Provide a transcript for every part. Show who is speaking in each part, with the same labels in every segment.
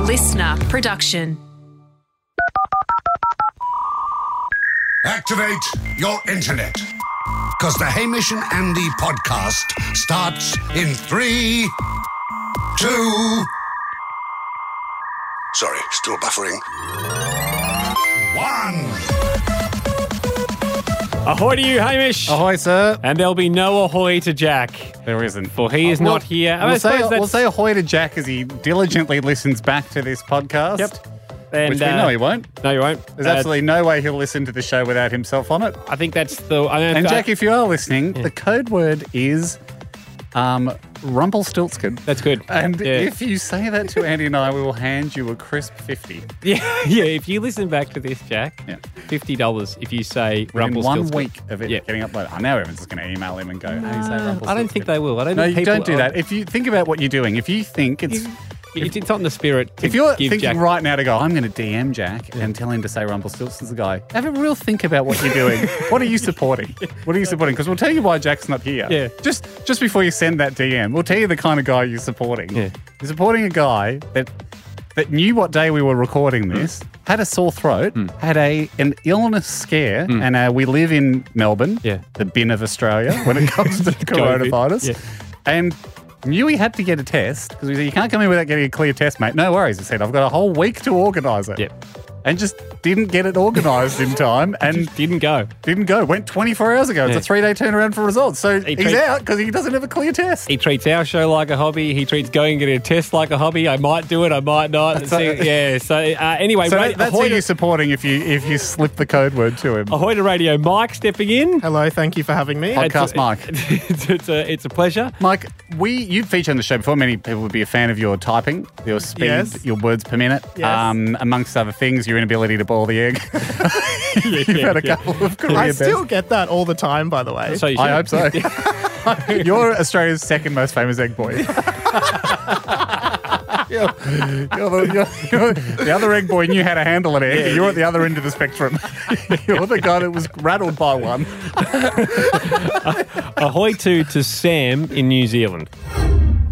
Speaker 1: listener production.
Speaker 2: Activate your internet. Because the Hamish and Andy podcast starts in three, two. Sorry, still buffering. One.
Speaker 3: Ahoy to you, Hamish.
Speaker 4: Ahoy, Oh, sir.
Speaker 3: And there'll be no ahoy to Jack,
Speaker 4: There isn't.
Speaker 3: for he is not here. And I
Speaker 4: Uh, We'll say,
Speaker 3: suppose
Speaker 4: we'll
Speaker 3: that's-
Speaker 4: say ahoy to Jack as he diligently listens back to this podcast.
Speaker 3: Yep. And, uh,
Speaker 4: Which we know he won't.
Speaker 3: No, you won't.
Speaker 4: There's
Speaker 3: Uh,
Speaker 4: absolutely no way he'll listen to the show without himself on it.
Speaker 3: I think that's the. I don't
Speaker 4: And
Speaker 3: I-
Speaker 4: Jack, if you are listening, the code word is um, Rumpelstiltskin.
Speaker 3: that's good.
Speaker 4: And
Speaker 3: yeah.
Speaker 4: if you say that to Andy and I, we will hand you a crisp 50
Speaker 3: yeah, yeah, if you listen back to this, Jack,
Speaker 4: Yeah.
Speaker 3: fifty dollars if you say
Speaker 4: in one
Speaker 3: Rumpelstiltskin.
Speaker 4: week of it
Speaker 3: Yeah.
Speaker 4: getting uploaded. I know everyone's just going to email him and go, hey, say Rumpelstiltskin.
Speaker 3: I don't think they will. I don't.
Speaker 4: No,
Speaker 3: think
Speaker 4: you
Speaker 3: people
Speaker 4: don't do
Speaker 3: are-
Speaker 4: that. If you think about what you're doing, if you think it's
Speaker 3: It's, it's not in the spirit. To
Speaker 4: If you're
Speaker 3: give
Speaker 4: thinking
Speaker 3: Jack,
Speaker 4: right now to go, I'm going to DM Jack and tell him to say Rumpelstiltskin's the guy, have a real think about what you're doing. what are you supporting? What are you supporting? Because we'll tell you why Jack's not here.
Speaker 3: Yeah.
Speaker 4: Just just before you send that DM, we'll tell you the kind of guy you're supporting.
Speaker 3: Yeah.
Speaker 4: You're supporting a guy that that knew what day we were recording
Speaker 3: Mm.
Speaker 4: this, had a sore throat, had a an illness scare, and uh, we live in Melbourne,
Speaker 3: Mm. Yeah.
Speaker 4: the bin of Australia when it comes to coronavirus,
Speaker 3: Yeah.
Speaker 4: and knew he had to get a test because we said you can't come in without getting a clear test, mate. No worries. He said I've got a whole week to organise it,
Speaker 3: Yep.
Speaker 4: and just didn't get it organised in time, and.
Speaker 3: didn't go.
Speaker 4: Didn't go. Went 24 hours ago. It's
Speaker 3: Yeah.
Speaker 4: a three day turnaround for results. So
Speaker 3: He
Speaker 4: he's
Speaker 3: tra-
Speaker 4: out because he doesn't have a clear test.
Speaker 3: He treats our show like a hobby. He treats going and getting a test like a hobby. I might do it. I might not.
Speaker 4: That's
Speaker 3: See-
Speaker 4: right.
Speaker 3: yeah. So uh, anyway,
Speaker 4: So
Speaker 3: ra-
Speaker 4: that- that's who
Speaker 3: ahoy,
Speaker 4: you're
Speaker 3: to,
Speaker 4: supporting if you if you slip the code word to him.
Speaker 3: ahoy to radio. Mike stepping in.
Speaker 5: Hello, thank you for having me.
Speaker 4: Podcast
Speaker 3: It's a-
Speaker 4: Mike.
Speaker 3: it's, it's a it's a pleasure.
Speaker 4: Mike, we you've featured on the show before. Many people would be a fan of your typing, your speed,
Speaker 5: Yes.
Speaker 4: your words per minute,
Speaker 5: Yes.
Speaker 4: um, amongst other things, your inability to boil the egg. you've had a couple of career
Speaker 5: I
Speaker 4: bests.
Speaker 5: still get that all the time, by the way.
Speaker 3: So you
Speaker 4: I
Speaker 3: should.
Speaker 4: hope so. you're Australia's second most famous egg boy. You're- you're the, you're- you're- the other egg boy knew how to handle an egg. You're at the other end of the spectrum. you're the guy that was rattled by one.
Speaker 3: Ahoy to to Sam in New Zealand.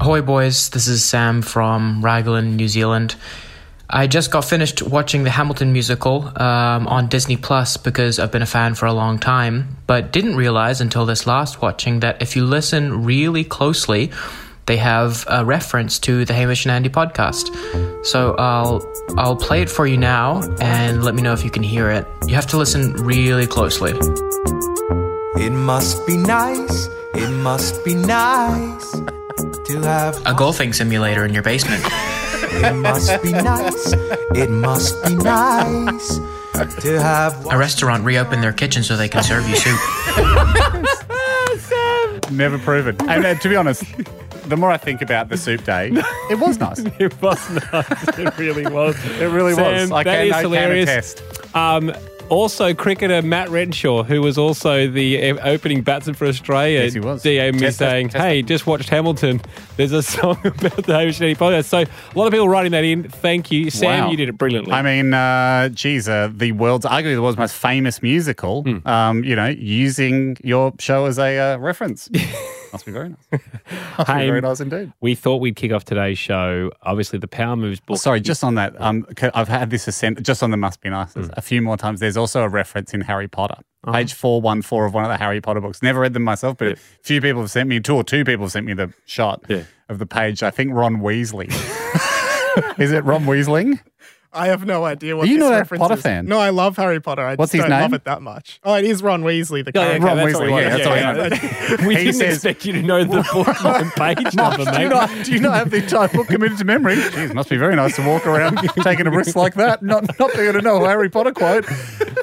Speaker 6: Ahoy, boys. This is Sam from Raglan, New Zealand. I just got finished watching the Hamilton musical um, on Disney Plus because I've been a fan for a long time, but didn't realize until this last watching that if you listen really closely, they have a reference to the Hamish and Andy podcast. So I'll I'll play it for you now and let me know if you can hear it. You have to listen really closely.
Speaker 7: It must be nice. It must be nice to have.
Speaker 6: A golfing simulator in your basement.
Speaker 7: It must be nice. It must be nice to have.
Speaker 6: A restaurant reopened their kitchen so they can serve you soup.
Speaker 4: Never proven. And uh, to be honest, the more I think about the soup day, it was nice. It
Speaker 3: It was nice. It really was. It
Speaker 4: really was. I
Speaker 3: that
Speaker 4: can,
Speaker 3: is
Speaker 4: I
Speaker 3: hilarious.
Speaker 4: can attest.
Speaker 3: Um, also, cricketer Matt Renshaw, who was also the uh, opening batsman for Australia,
Speaker 4: Yes, he was.
Speaker 3: DM'd me
Speaker 4: Test us-
Speaker 3: saying,
Speaker 4: test
Speaker 3: "Hey, just watched Hamilton. There's a song about the Hamish and Andy podcast." So a lot of people writing that in. Thank you, Sam.
Speaker 4: Wow.
Speaker 3: You did it brilliantly.
Speaker 4: I mean, uh, geez, uh, the world's arguably the world's most famous musical.
Speaker 3: Hmm.
Speaker 4: Um, you know, using your show as a uh, reference must be very nice. Must be
Speaker 3: Hey,
Speaker 4: very nice indeed.
Speaker 3: we thought we'd kick off today's show. Obviously, the Power Moves book.
Speaker 4: Sorry, just on that, um, c- I've had this ascent just on the must be nice
Speaker 3: Hmm.
Speaker 4: a few more times. There's also a reference in Harry Potter,
Speaker 3: Uh-huh.
Speaker 4: page four one four of one of the Harry Potter books. Never read them myself, but a few people have sent me two or two people have sent me the shot
Speaker 3: Yeah.
Speaker 4: of the page. I think Ron Weasley. Is it Ron Weasling?
Speaker 5: I have no idea what
Speaker 4: Are you
Speaker 5: this
Speaker 4: not a
Speaker 5: reference
Speaker 4: Potter
Speaker 5: is.
Speaker 4: fan?
Speaker 5: No, I love Harry Potter. I
Speaker 4: What's
Speaker 5: just
Speaker 4: his
Speaker 5: don't
Speaker 4: name?
Speaker 5: love it that much. Oh, it is Ron Weasley, the
Speaker 3: Uh, Yeah,
Speaker 5: character.
Speaker 4: Ron
Speaker 3: that's
Speaker 4: Weasley.
Speaker 3: all he
Speaker 4: yeah,
Speaker 3: was.
Speaker 4: that's all I know.
Speaker 3: we
Speaker 4: he
Speaker 3: didn't
Speaker 4: says-
Speaker 3: expect you to know the book on page number,
Speaker 4: do, you
Speaker 3: mate.
Speaker 4: not, do you not have the entire book committed to memory? Jeez, must be very nice to walk around taking a risk like that, not not being able to know a Harry Potter quote.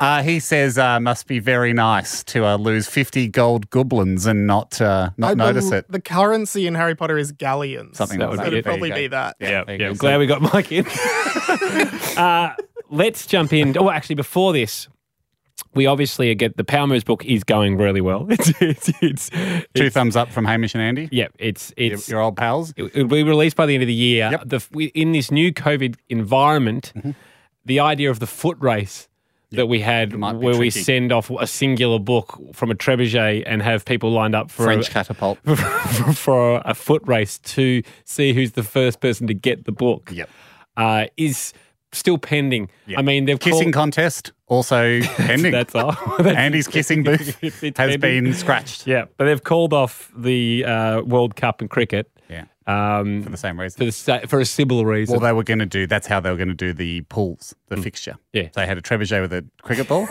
Speaker 4: Uh, he says, uh, "Must be very nice to uh, lose fifty gold goblins and not uh, not
Speaker 5: I
Speaker 4: notice
Speaker 5: bel-
Speaker 4: it."
Speaker 5: The currency in Harry Potter is galleons.
Speaker 4: Something
Speaker 3: That
Speaker 4: like
Speaker 3: would
Speaker 4: that.
Speaker 3: be
Speaker 5: it'd
Speaker 3: it. There you
Speaker 5: probably
Speaker 4: go.
Speaker 5: be that.
Speaker 3: Yeah,
Speaker 4: there you
Speaker 3: yeah.
Speaker 4: go.
Speaker 3: I'm glad we got Mike in. uh, let's jump in. Oh, actually, before this, we obviously get the Power Moves book is going really well. It's it's it's,
Speaker 4: Two
Speaker 3: it's-
Speaker 4: thumbs up from Hamish and Andy,
Speaker 3: yeah. It's
Speaker 4: your,
Speaker 3: it's
Speaker 4: your old pals.
Speaker 3: it- it'll be released by the end of the year.
Speaker 4: Yep. Mm-hmm.
Speaker 3: The, we- in this new COVID environment, the idea of the foot race. That we had
Speaker 4: might be
Speaker 3: where we
Speaker 4: tricky.
Speaker 3: send off a singular book from a trebuchet and have people lined up for
Speaker 4: French
Speaker 3: a,
Speaker 4: catapult.
Speaker 3: for, for a foot race to see who's the first person to get the book.
Speaker 4: Yep.
Speaker 3: uh, is still pending. I mean, they've
Speaker 4: Kissing
Speaker 3: called,
Speaker 4: contest also pending.
Speaker 3: that's all. That's-
Speaker 4: Andy's kissing booth
Speaker 3: It's- it's
Speaker 4: has
Speaker 3: pending.
Speaker 4: been scratched.
Speaker 3: yeah, but they've called off the uh, World Cup in cricket
Speaker 4: Yeah,
Speaker 3: um,
Speaker 4: for the same reason.
Speaker 3: for the sa- for a civil reason.
Speaker 4: Well, they were going to do. That's how they were going to do the pools, the fixture.
Speaker 3: Hmm. Yeah.
Speaker 4: they had a trebuchet with a cricket ball,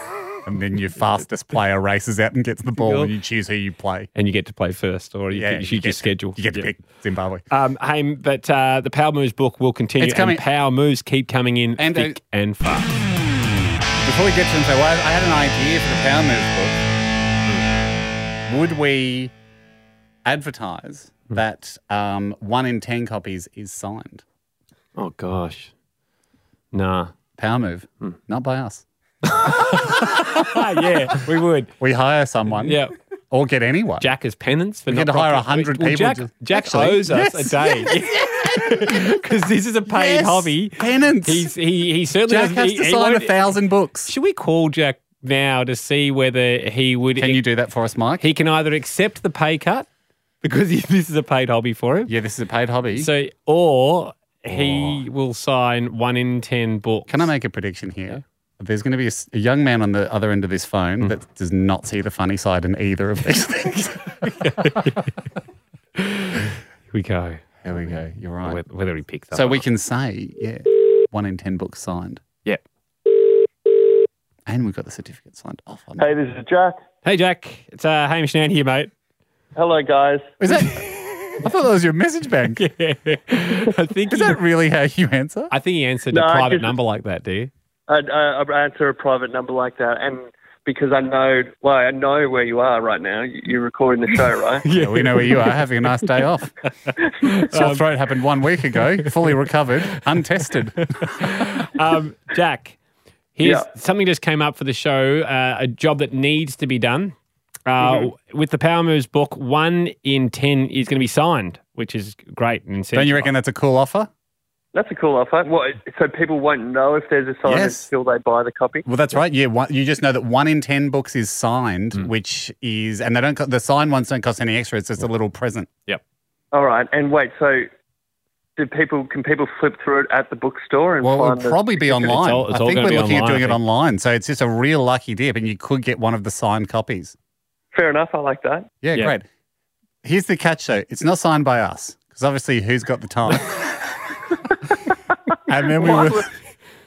Speaker 4: and then your fastest player races out and gets the ball, and you choose who you play.
Speaker 3: and you get to play first, or you,
Speaker 4: Yeah,
Speaker 3: get, you,
Speaker 4: get
Speaker 3: just schedule.
Speaker 4: You get to
Speaker 3: Yeah.
Speaker 4: pick Zimbabwe.
Speaker 3: Um, Haim, but uh, the Power Moves book will continue.
Speaker 4: It's coming.
Speaker 3: And power moves keep coming in
Speaker 4: And, uh,
Speaker 3: thick and fast.
Speaker 4: Before we get to them, so I, I had an idea for the Power Move book. Would
Speaker 3: Hmm.
Speaker 4: we advertise that um, one in ten copies is signed?
Speaker 3: Oh gosh, nah.
Speaker 4: Power Move,
Speaker 3: Hmm.
Speaker 4: not by us.
Speaker 3: Ah, yeah, we would.
Speaker 4: We hire someone,
Speaker 3: Yeah,
Speaker 4: or get anyone.
Speaker 3: Jack as penance for
Speaker 4: We
Speaker 3: not
Speaker 4: had to hire
Speaker 3: properly-
Speaker 4: 100
Speaker 3: well,
Speaker 4: people
Speaker 3: Jack,
Speaker 4: just-
Speaker 3: Jack
Speaker 4: Actually,
Speaker 3: owes us
Speaker 4: yes,
Speaker 3: a day because this is a paid
Speaker 4: Yes,
Speaker 3: hobby.
Speaker 4: penance.
Speaker 3: He's he he certainly
Speaker 4: Jack
Speaker 3: doesn't-
Speaker 4: has
Speaker 3: he-
Speaker 4: to
Speaker 3: he
Speaker 4: sign a
Speaker 3: won't-
Speaker 4: thousand books.
Speaker 3: Should we call Jack now to see whether he would?
Speaker 4: Can you do that for us, Mike?
Speaker 3: He can either accept the pay cut because he, this is a paid hobby for him.
Speaker 4: yeah, this is a paid hobby.
Speaker 3: So, or he will sign one in ten books.
Speaker 4: Can I make a prediction here? There's going to be a, s- a young man on the other end of this phone that does not see the funny side in either of these things.
Speaker 3: Here we go.
Speaker 4: there we go. You're right.
Speaker 3: Whether- Whether he picks up.
Speaker 4: So we can say, yeah, one in ten books signed,
Speaker 3: Yeah.
Speaker 4: and we've got the certificate signed off on.
Speaker 8: Hey, this is Jack.
Speaker 3: Hey, Jack. It's uh, Hamish Nan here, mate.
Speaker 8: Hello, guys.
Speaker 4: Is that? I thought that was your message bank.
Speaker 3: I think.
Speaker 4: Is
Speaker 3: he,
Speaker 4: that really how you answer?
Speaker 3: I think he answered
Speaker 8: No,
Speaker 3: a
Speaker 8: I
Speaker 3: private
Speaker 8: just-
Speaker 3: number like that, do you?
Speaker 8: I'd, I- I'd answer a private number like that, and because I know, well, I know where you are right now. You- You're recording the show, right?
Speaker 4: Yeah, Um, we know where you are. Having a nice day off. Sore throat happened one week ago. Fully recovered, untested.
Speaker 3: Um, Jack, here's
Speaker 8: Yeah.
Speaker 3: something just came up for the show. Uh, a job that needs to be done. Uh,
Speaker 8: Mm-hmm.
Speaker 3: With the Power Moves book, one in ten is going to be signed, which is great. And
Speaker 4: Don't you reckon that's a cool offer?
Speaker 8: That's a cool offer. What? So people won't know if there's a sign
Speaker 4: Yes.
Speaker 8: until they buy the copy.
Speaker 4: Well, that's right. Yeah, one, you just know that one in ten books is signed,
Speaker 3: Hmm.
Speaker 4: which is, and they don't co- the signed ones don't cost any extra. It's just a little present.
Speaker 3: Yep.
Speaker 8: All right, and wait. So, do people can people flip through it at the bookstore and
Speaker 4: Well,
Speaker 8: find
Speaker 4: it'll probably be online.
Speaker 3: all- it's
Speaker 4: I
Speaker 3: all
Speaker 4: think
Speaker 3: gonna
Speaker 4: we're
Speaker 3: be
Speaker 4: looking at
Speaker 3: online, I
Speaker 4: doing it
Speaker 3: think.
Speaker 4: online, so it's just a real lucky dip, and you could get one of the signed copies.
Speaker 8: The, fair enough. I like that.
Speaker 4: Yeah,
Speaker 3: Yeah.
Speaker 4: great. Here's the catch, though. It's not signed by us because obviously, who's got the time? and then we were,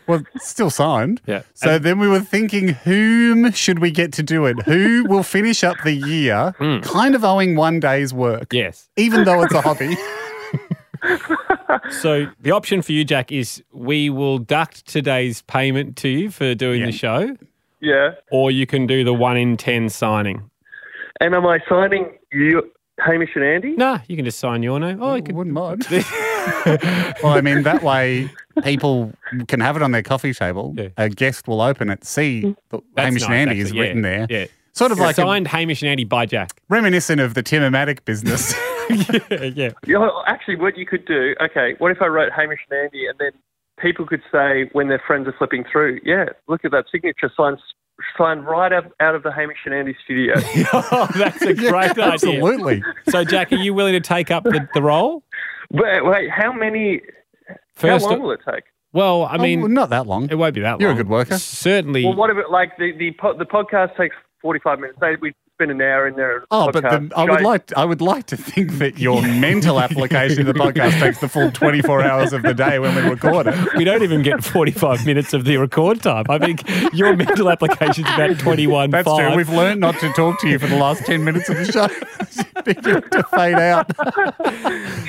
Speaker 4: well, it's still signed.
Speaker 3: Yeah.
Speaker 4: So then we were thinking, whom should we get to do it? Who will finish up the year,
Speaker 3: Hmm.
Speaker 4: kind of owing one day's work?
Speaker 3: Yes.
Speaker 4: even though it's a hobby.
Speaker 3: So the option for you, Jack, is we will duct today's payment to you for doing
Speaker 4: Yeah.
Speaker 3: the show,
Speaker 8: Yeah.
Speaker 3: or you can do the one in ten signing.
Speaker 8: And am I signing you, Hamish and Andy?
Speaker 3: Nah, you can just sign your name. Oh, you
Speaker 4: I
Speaker 3: can.
Speaker 4: wouldn't mind. well, I mean, that way people can have it on their coffee table.
Speaker 3: Yeah. Mm.
Speaker 4: A guest will open it, see that
Speaker 3: That's
Speaker 4: Hamish
Speaker 3: nice,
Speaker 4: and Andy
Speaker 3: actually.
Speaker 4: is
Speaker 3: Yeah,
Speaker 4: written there.
Speaker 3: Yeah.
Speaker 4: Sort of like a,
Speaker 3: signed Hamish and Andy by Jack.
Speaker 4: reminiscent of the Timatic business.
Speaker 3: yeah, yeah.
Speaker 8: Yeah, well, actually, what you could do, okay, what if I wrote Hamish and Andy and then people could say when their friends are flipping through, yeah, look at that signature sign, sign right out, out of the Hamish and Andy studio.
Speaker 3: Oh, that's a great idea.
Speaker 4: Absolutely.
Speaker 3: So, Jack, are you willing to take up the, the role?
Speaker 8: wait, wait, how many,
Speaker 3: First,
Speaker 8: how long will it take?
Speaker 3: well, I
Speaker 4: I mean,
Speaker 3: mean,
Speaker 4: Oh, not that long.
Speaker 3: it won't be that
Speaker 4: You're a
Speaker 3: long.
Speaker 4: good worker.
Speaker 3: Certainly.
Speaker 8: Well, what if it, like, the, the, po- the podcast takes 45 minutes, say we spend an hour in there.
Speaker 4: Oh, but the,
Speaker 8: podcast.
Speaker 4: I would
Speaker 8: Guys,
Speaker 4: like I would like to think that your mental application of the podcast takes the full 24 hours of the day when we record it.
Speaker 3: we don't even get 45 minutes of the record time. I think your mental application's about 21.
Speaker 4: That's true. We've learned not to talk to you for the last 10 minutes of the show. You have to fade out.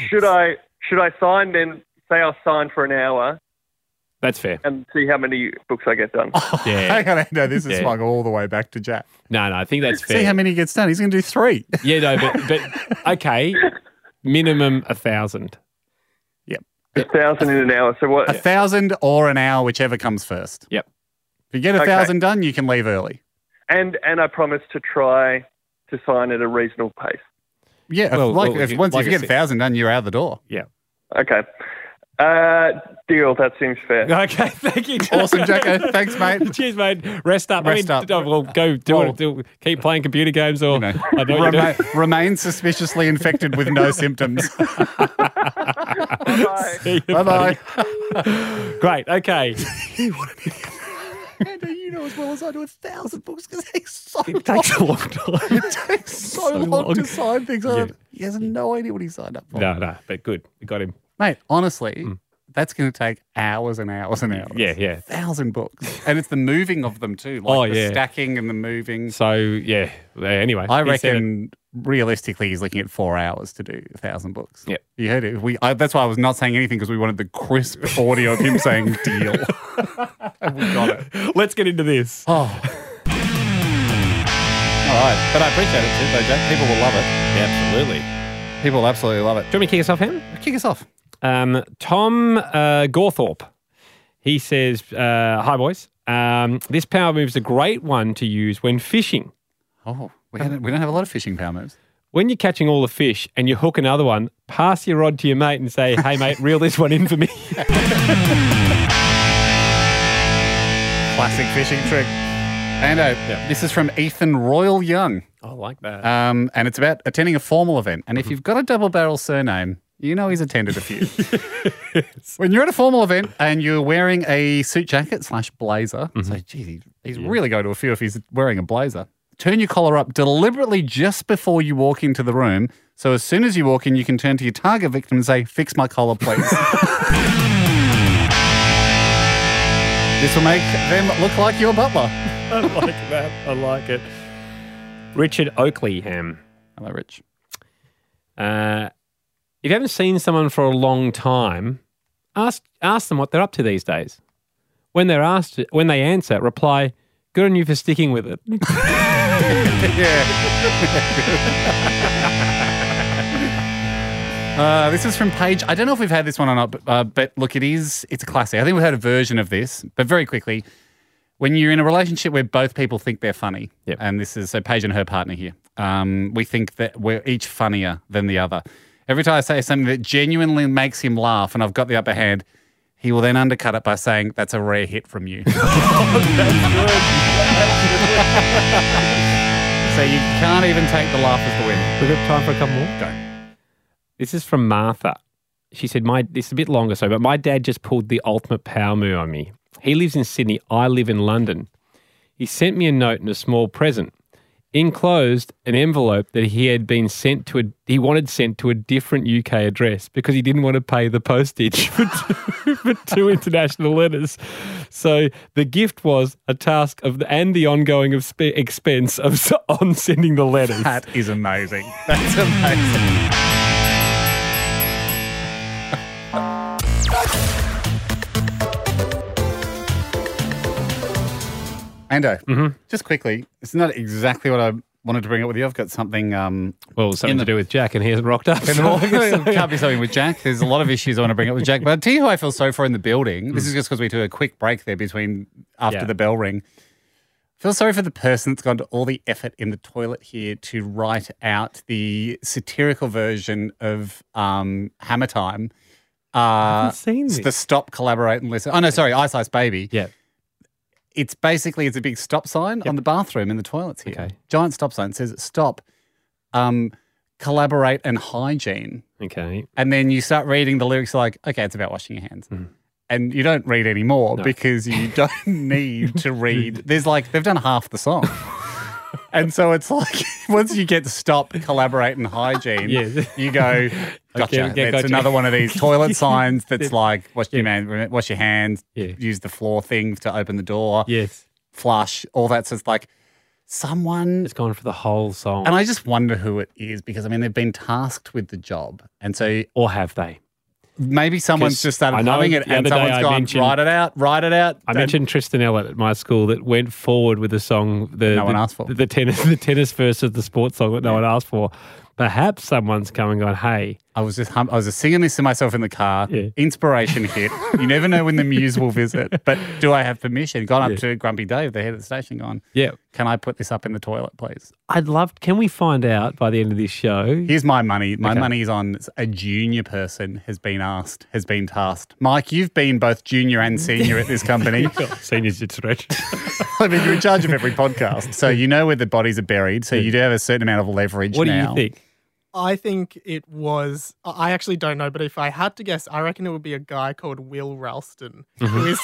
Speaker 8: Should I, should I sign then, say I sign for an hour
Speaker 3: That's fair.
Speaker 8: and see how many books I get done?
Speaker 4: Oh,
Speaker 3: Yeah.
Speaker 4: Hang on, no, this is
Speaker 3: Yeah.
Speaker 4: swung all the way back to Jack.
Speaker 3: No, no, I think that's fair.
Speaker 4: See how many he gets done. He's going to do three.
Speaker 3: yeah, no, but, but okay, minimum a thousand.
Speaker 8: A thousand in an hour. So what?
Speaker 4: A thousand or an hour, whichever comes first.
Speaker 3: Yep.
Speaker 4: If you get a
Speaker 8: Okay.
Speaker 4: thousand done, you can leave early.
Speaker 8: And and I promise to try to sign at a reasonable pace.
Speaker 4: Yeah, if-
Speaker 3: Well,
Speaker 4: like,
Speaker 3: well,
Speaker 4: if,
Speaker 3: if-
Speaker 4: once
Speaker 3: like I
Speaker 4: you get a
Speaker 3: said-
Speaker 4: thousand done, you're out the door.
Speaker 3: Yeah.
Speaker 8: Okay. Uh, deal. That seems fair.
Speaker 3: Okay, thank you. Jack.
Speaker 4: Awesome, Jacko. Thanks, mate.
Speaker 3: Cheers, mate. Rest up.
Speaker 4: Rest
Speaker 3: I
Speaker 4: up.
Speaker 3: mean, up. Well, go do
Speaker 4: Well-
Speaker 3: it. Do, keep playing computer games or I know what you're doing.
Speaker 4: Rema- remain suspiciously infected with no symptoms.
Speaker 1: Bye.
Speaker 4: Bye bye.
Speaker 3: Great. Okay.
Speaker 4: Andrew, you know as well as I do a thousand books because he's so
Speaker 3: It takes a long time.
Speaker 4: takes so,
Speaker 3: so
Speaker 4: long,
Speaker 3: long.
Speaker 4: to sign things up.
Speaker 3: Yeah.
Speaker 4: He has no idea what he signed up for. Hmm.
Speaker 3: no, no, but good. We got him.
Speaker 4: Mate, honestly, that's going to take hours and hours and hours.
Speaker 3: Yeah, yeah.
Speaker 4: Thousand books. And it's the moving of them too, like
Speaker 3: Oh,
Speaker 4: the
Speaker 3: yeah.
Speaker 4: stacking and the moving.
Speaker 3: So yeah. uh, Anyway,
Speaker 4: I
Speaker 3: he said it.
Speaker 4: reckon realistically he's looking at four hours to do a thousand books.
Speaker 3: Yep.
Speaker 4: You heard it. We, I, that's why I was not saying anything because we wanted the crisp audio of him saying deal. and we got it.
Speaker 3: Let's get into this.
Speaker 4: Oh. All right. But I appreciate it too, though, Jack. People will love it.
Speaker 3: Absolutely.
Speaker 4: People will absolutely love it.
Speaker 3: Do you want me to kick us off, Ham?
Speaker 4: Kick us off.
Speaker 3: Um, Tom uh, Gorthorpe. He says, uh, "Hi boys. Um, this power move's a great one to use when fishing.
Speaker 4: Oh, we, had, we don't have a lot of fishing power moves.
Speaker 3: When you're catching all the fish and you hook another one, pass your rod to your mate and say, "Hey mate, reel this one in for me."
Speaker 4: Classic fishing trick. And uh, this is from Ethan Royal Young,
Speaker 3: I like that.
Speaker 4: um, and it's about attending a formal event. And if you've got a double barrel surname, you know he's attended a few. When you're at a formal event and you're wearing a suit jacket slash blazer, so geez, he- he's really going to a few if he's wearing a blazer. Turn your collar up deliberately just before you walk into the room. So as soon as you walk in, you can turn to your target victim and say, "Fix my collar, please." this will make them look like your butler.
Speaker 3: I like that. I like it. Richard Oakley Ham.
Speaker 4: Hello, Rich.
Speaker 3: Uh, if you haven't seen someone for a long time, ask ask them what they're up to these days. When they're asked, when they answer, reply, "Good on you for sticking with it."
Speaker 4: Yeah. Uh, this is from Paige. I don't know if we've had this one or not, but, uh, but look, it is. It's a classic. I think we've had a version of this, but very quickly. When you're in a relationship where both people think they're funny,
Speaker 3: Yep.
Speaker 4: and this is so Paige and her partner here, um, we think that we're each funnier than the other. Every time I say something that genuinely makes him laugh, and I've got the upper hand, he will then undercut it by saying, "That's a rare hit from you." so you can't even take the laugh as the win.
Speaker 3: We've got time for a couple more.
Speaker 4: Go.
Speaker 3: This is from Martha. She said, "My this is a bit longer, so but my dad just pulled the ultimate power move on me. He lives in Sydney. I live in London. He sent me a note and a small present." Enclosed an envelope that he had been sent to a he wanted sent to a different UK address because he didn't want to pay the postage for two, for two international letters. So the gift was a task of and the ongoing of spe- expense of s- on sending the letters.
Speaker 4: That is amazing. That's amazing. Ando, just quickly, it's not exactly what I wanted to bring up with you. I've got something. Um,
Speaker 3: Well, something
Speaker 4: the-
Speaker 3: to do with Jack, and he hasn't rocked up. So-
Speaker 4: it can't be something with Jack. There's a lot of issues I want to bring up with Jack. But I'll tell you who I feel so for in the building. This is just because we took a quick break there between after
Speaker 3: Hmm. Yeah.
Speaker 4: the bell ring. Feel sorry for the person that's gone to all the effort in the toilet here to write out the satirical version of um, Hammer Time. Uh,
Speaker 3: haven't seen
Speaker 4: it's
Speaker 3: this.
Speaker 4: the stop, collaborate, and listen. Oh no, sorry, Ice Ice Baby.
Speaker 3: yeah.
Speaker 4: It's basically it's a big stop sign on the bathroom in the toilets here.
Speaker 3: Okay.
Speaker 4: Giant stop sign It says stop, um, collaborate, and hygiene.
Speaker 3: Okay.
Speaker 4: And then you start reading the lyrics like, okay, it's about washing your hands.
Speaker 3: Mm-hmm.
Speaker 4: And you don't read any more because you don't need to read. There's like, they've done half the song. and so it's like, once you get to stop, collaborate, and hygiene,
Speaker 3: Yeah.
Speaker 4: you go, gotcha.
Speaker 3: yeah,
Speaker 4: That's
Speaker 3: gotcha.
Speaker 4: another one of these toilet signs that's like, wash, your man, wash your hands,
Speaker 3: Yeah.
Speaker 4: use the floor thing to open the door,
Speaker 3: Yes.
Speaker 4: flush, all that's just like, someone
Speaker 3: It's gone for the whole song.
Speaker 4: and I just wonder who it is because I mean they've been tasked with the job, and so
Speaker 3: or have they?
Speaker 4: Maybe someone's
Speaker 3: 'Cause
Speaker 4: just started
Speaker 3: I know
Speaker 4: loving it
Speaker 3: the
Speaker 4: and
Speaker 3: other day
Speaker 4: someone's
Speaker 3: I
Speaker 4: gone,
Speaker 3: mentioned-
Speaker 4: write it out, write it out.
Speaker 3: I
Speaker 4: And-
Speaker 3: mentioned Tristan Ellett at my school that went forward with a song. The,
Speaker 4: No one
Speaker 3: the-
Speaker 4: asked for.
Speaker 3: The tennis, the tennis verse of the sports song that no one asked for. Perhaps someone's coming on, hey,
Speaker 4: I was just hum- I was just singing this to myself in the car.
Speaker 3: Yeah.
Speaker 4: Inspiration hit. You never know when the muse will visit. But do I have permission? Gone up
Speaker 3: Yeah.
Speaker 4: to Grumpy Dave, the head of the station, gone,
Speaker 3: yeah.
Speaker 4: can I put this up in the toilet, please?
Speaker 3: I'd love, can we find out by the end of this show?
Speaker 4: Here's my money. My
Speaker 3: Okay.
Speaker 4: money is on a junior person has been asked, has been tasked. Mike, you've been both junior and senior at this company.
Speaker 3: Seniors should stretch.
Speaker 4: I mean, you're in charge of every podcast. So you know where the bodies are buried. So you do have a certain amount of leverage
Speaker 3: what do
Speaker 4: now.
Speaker 3: you think?
Speaker 5: I think it was. I I actually don't know, but if I had to guess, I reckon it would be a guy called Will Ralston,
Speaker 4: Mm-hmm.
Speaker 5: who is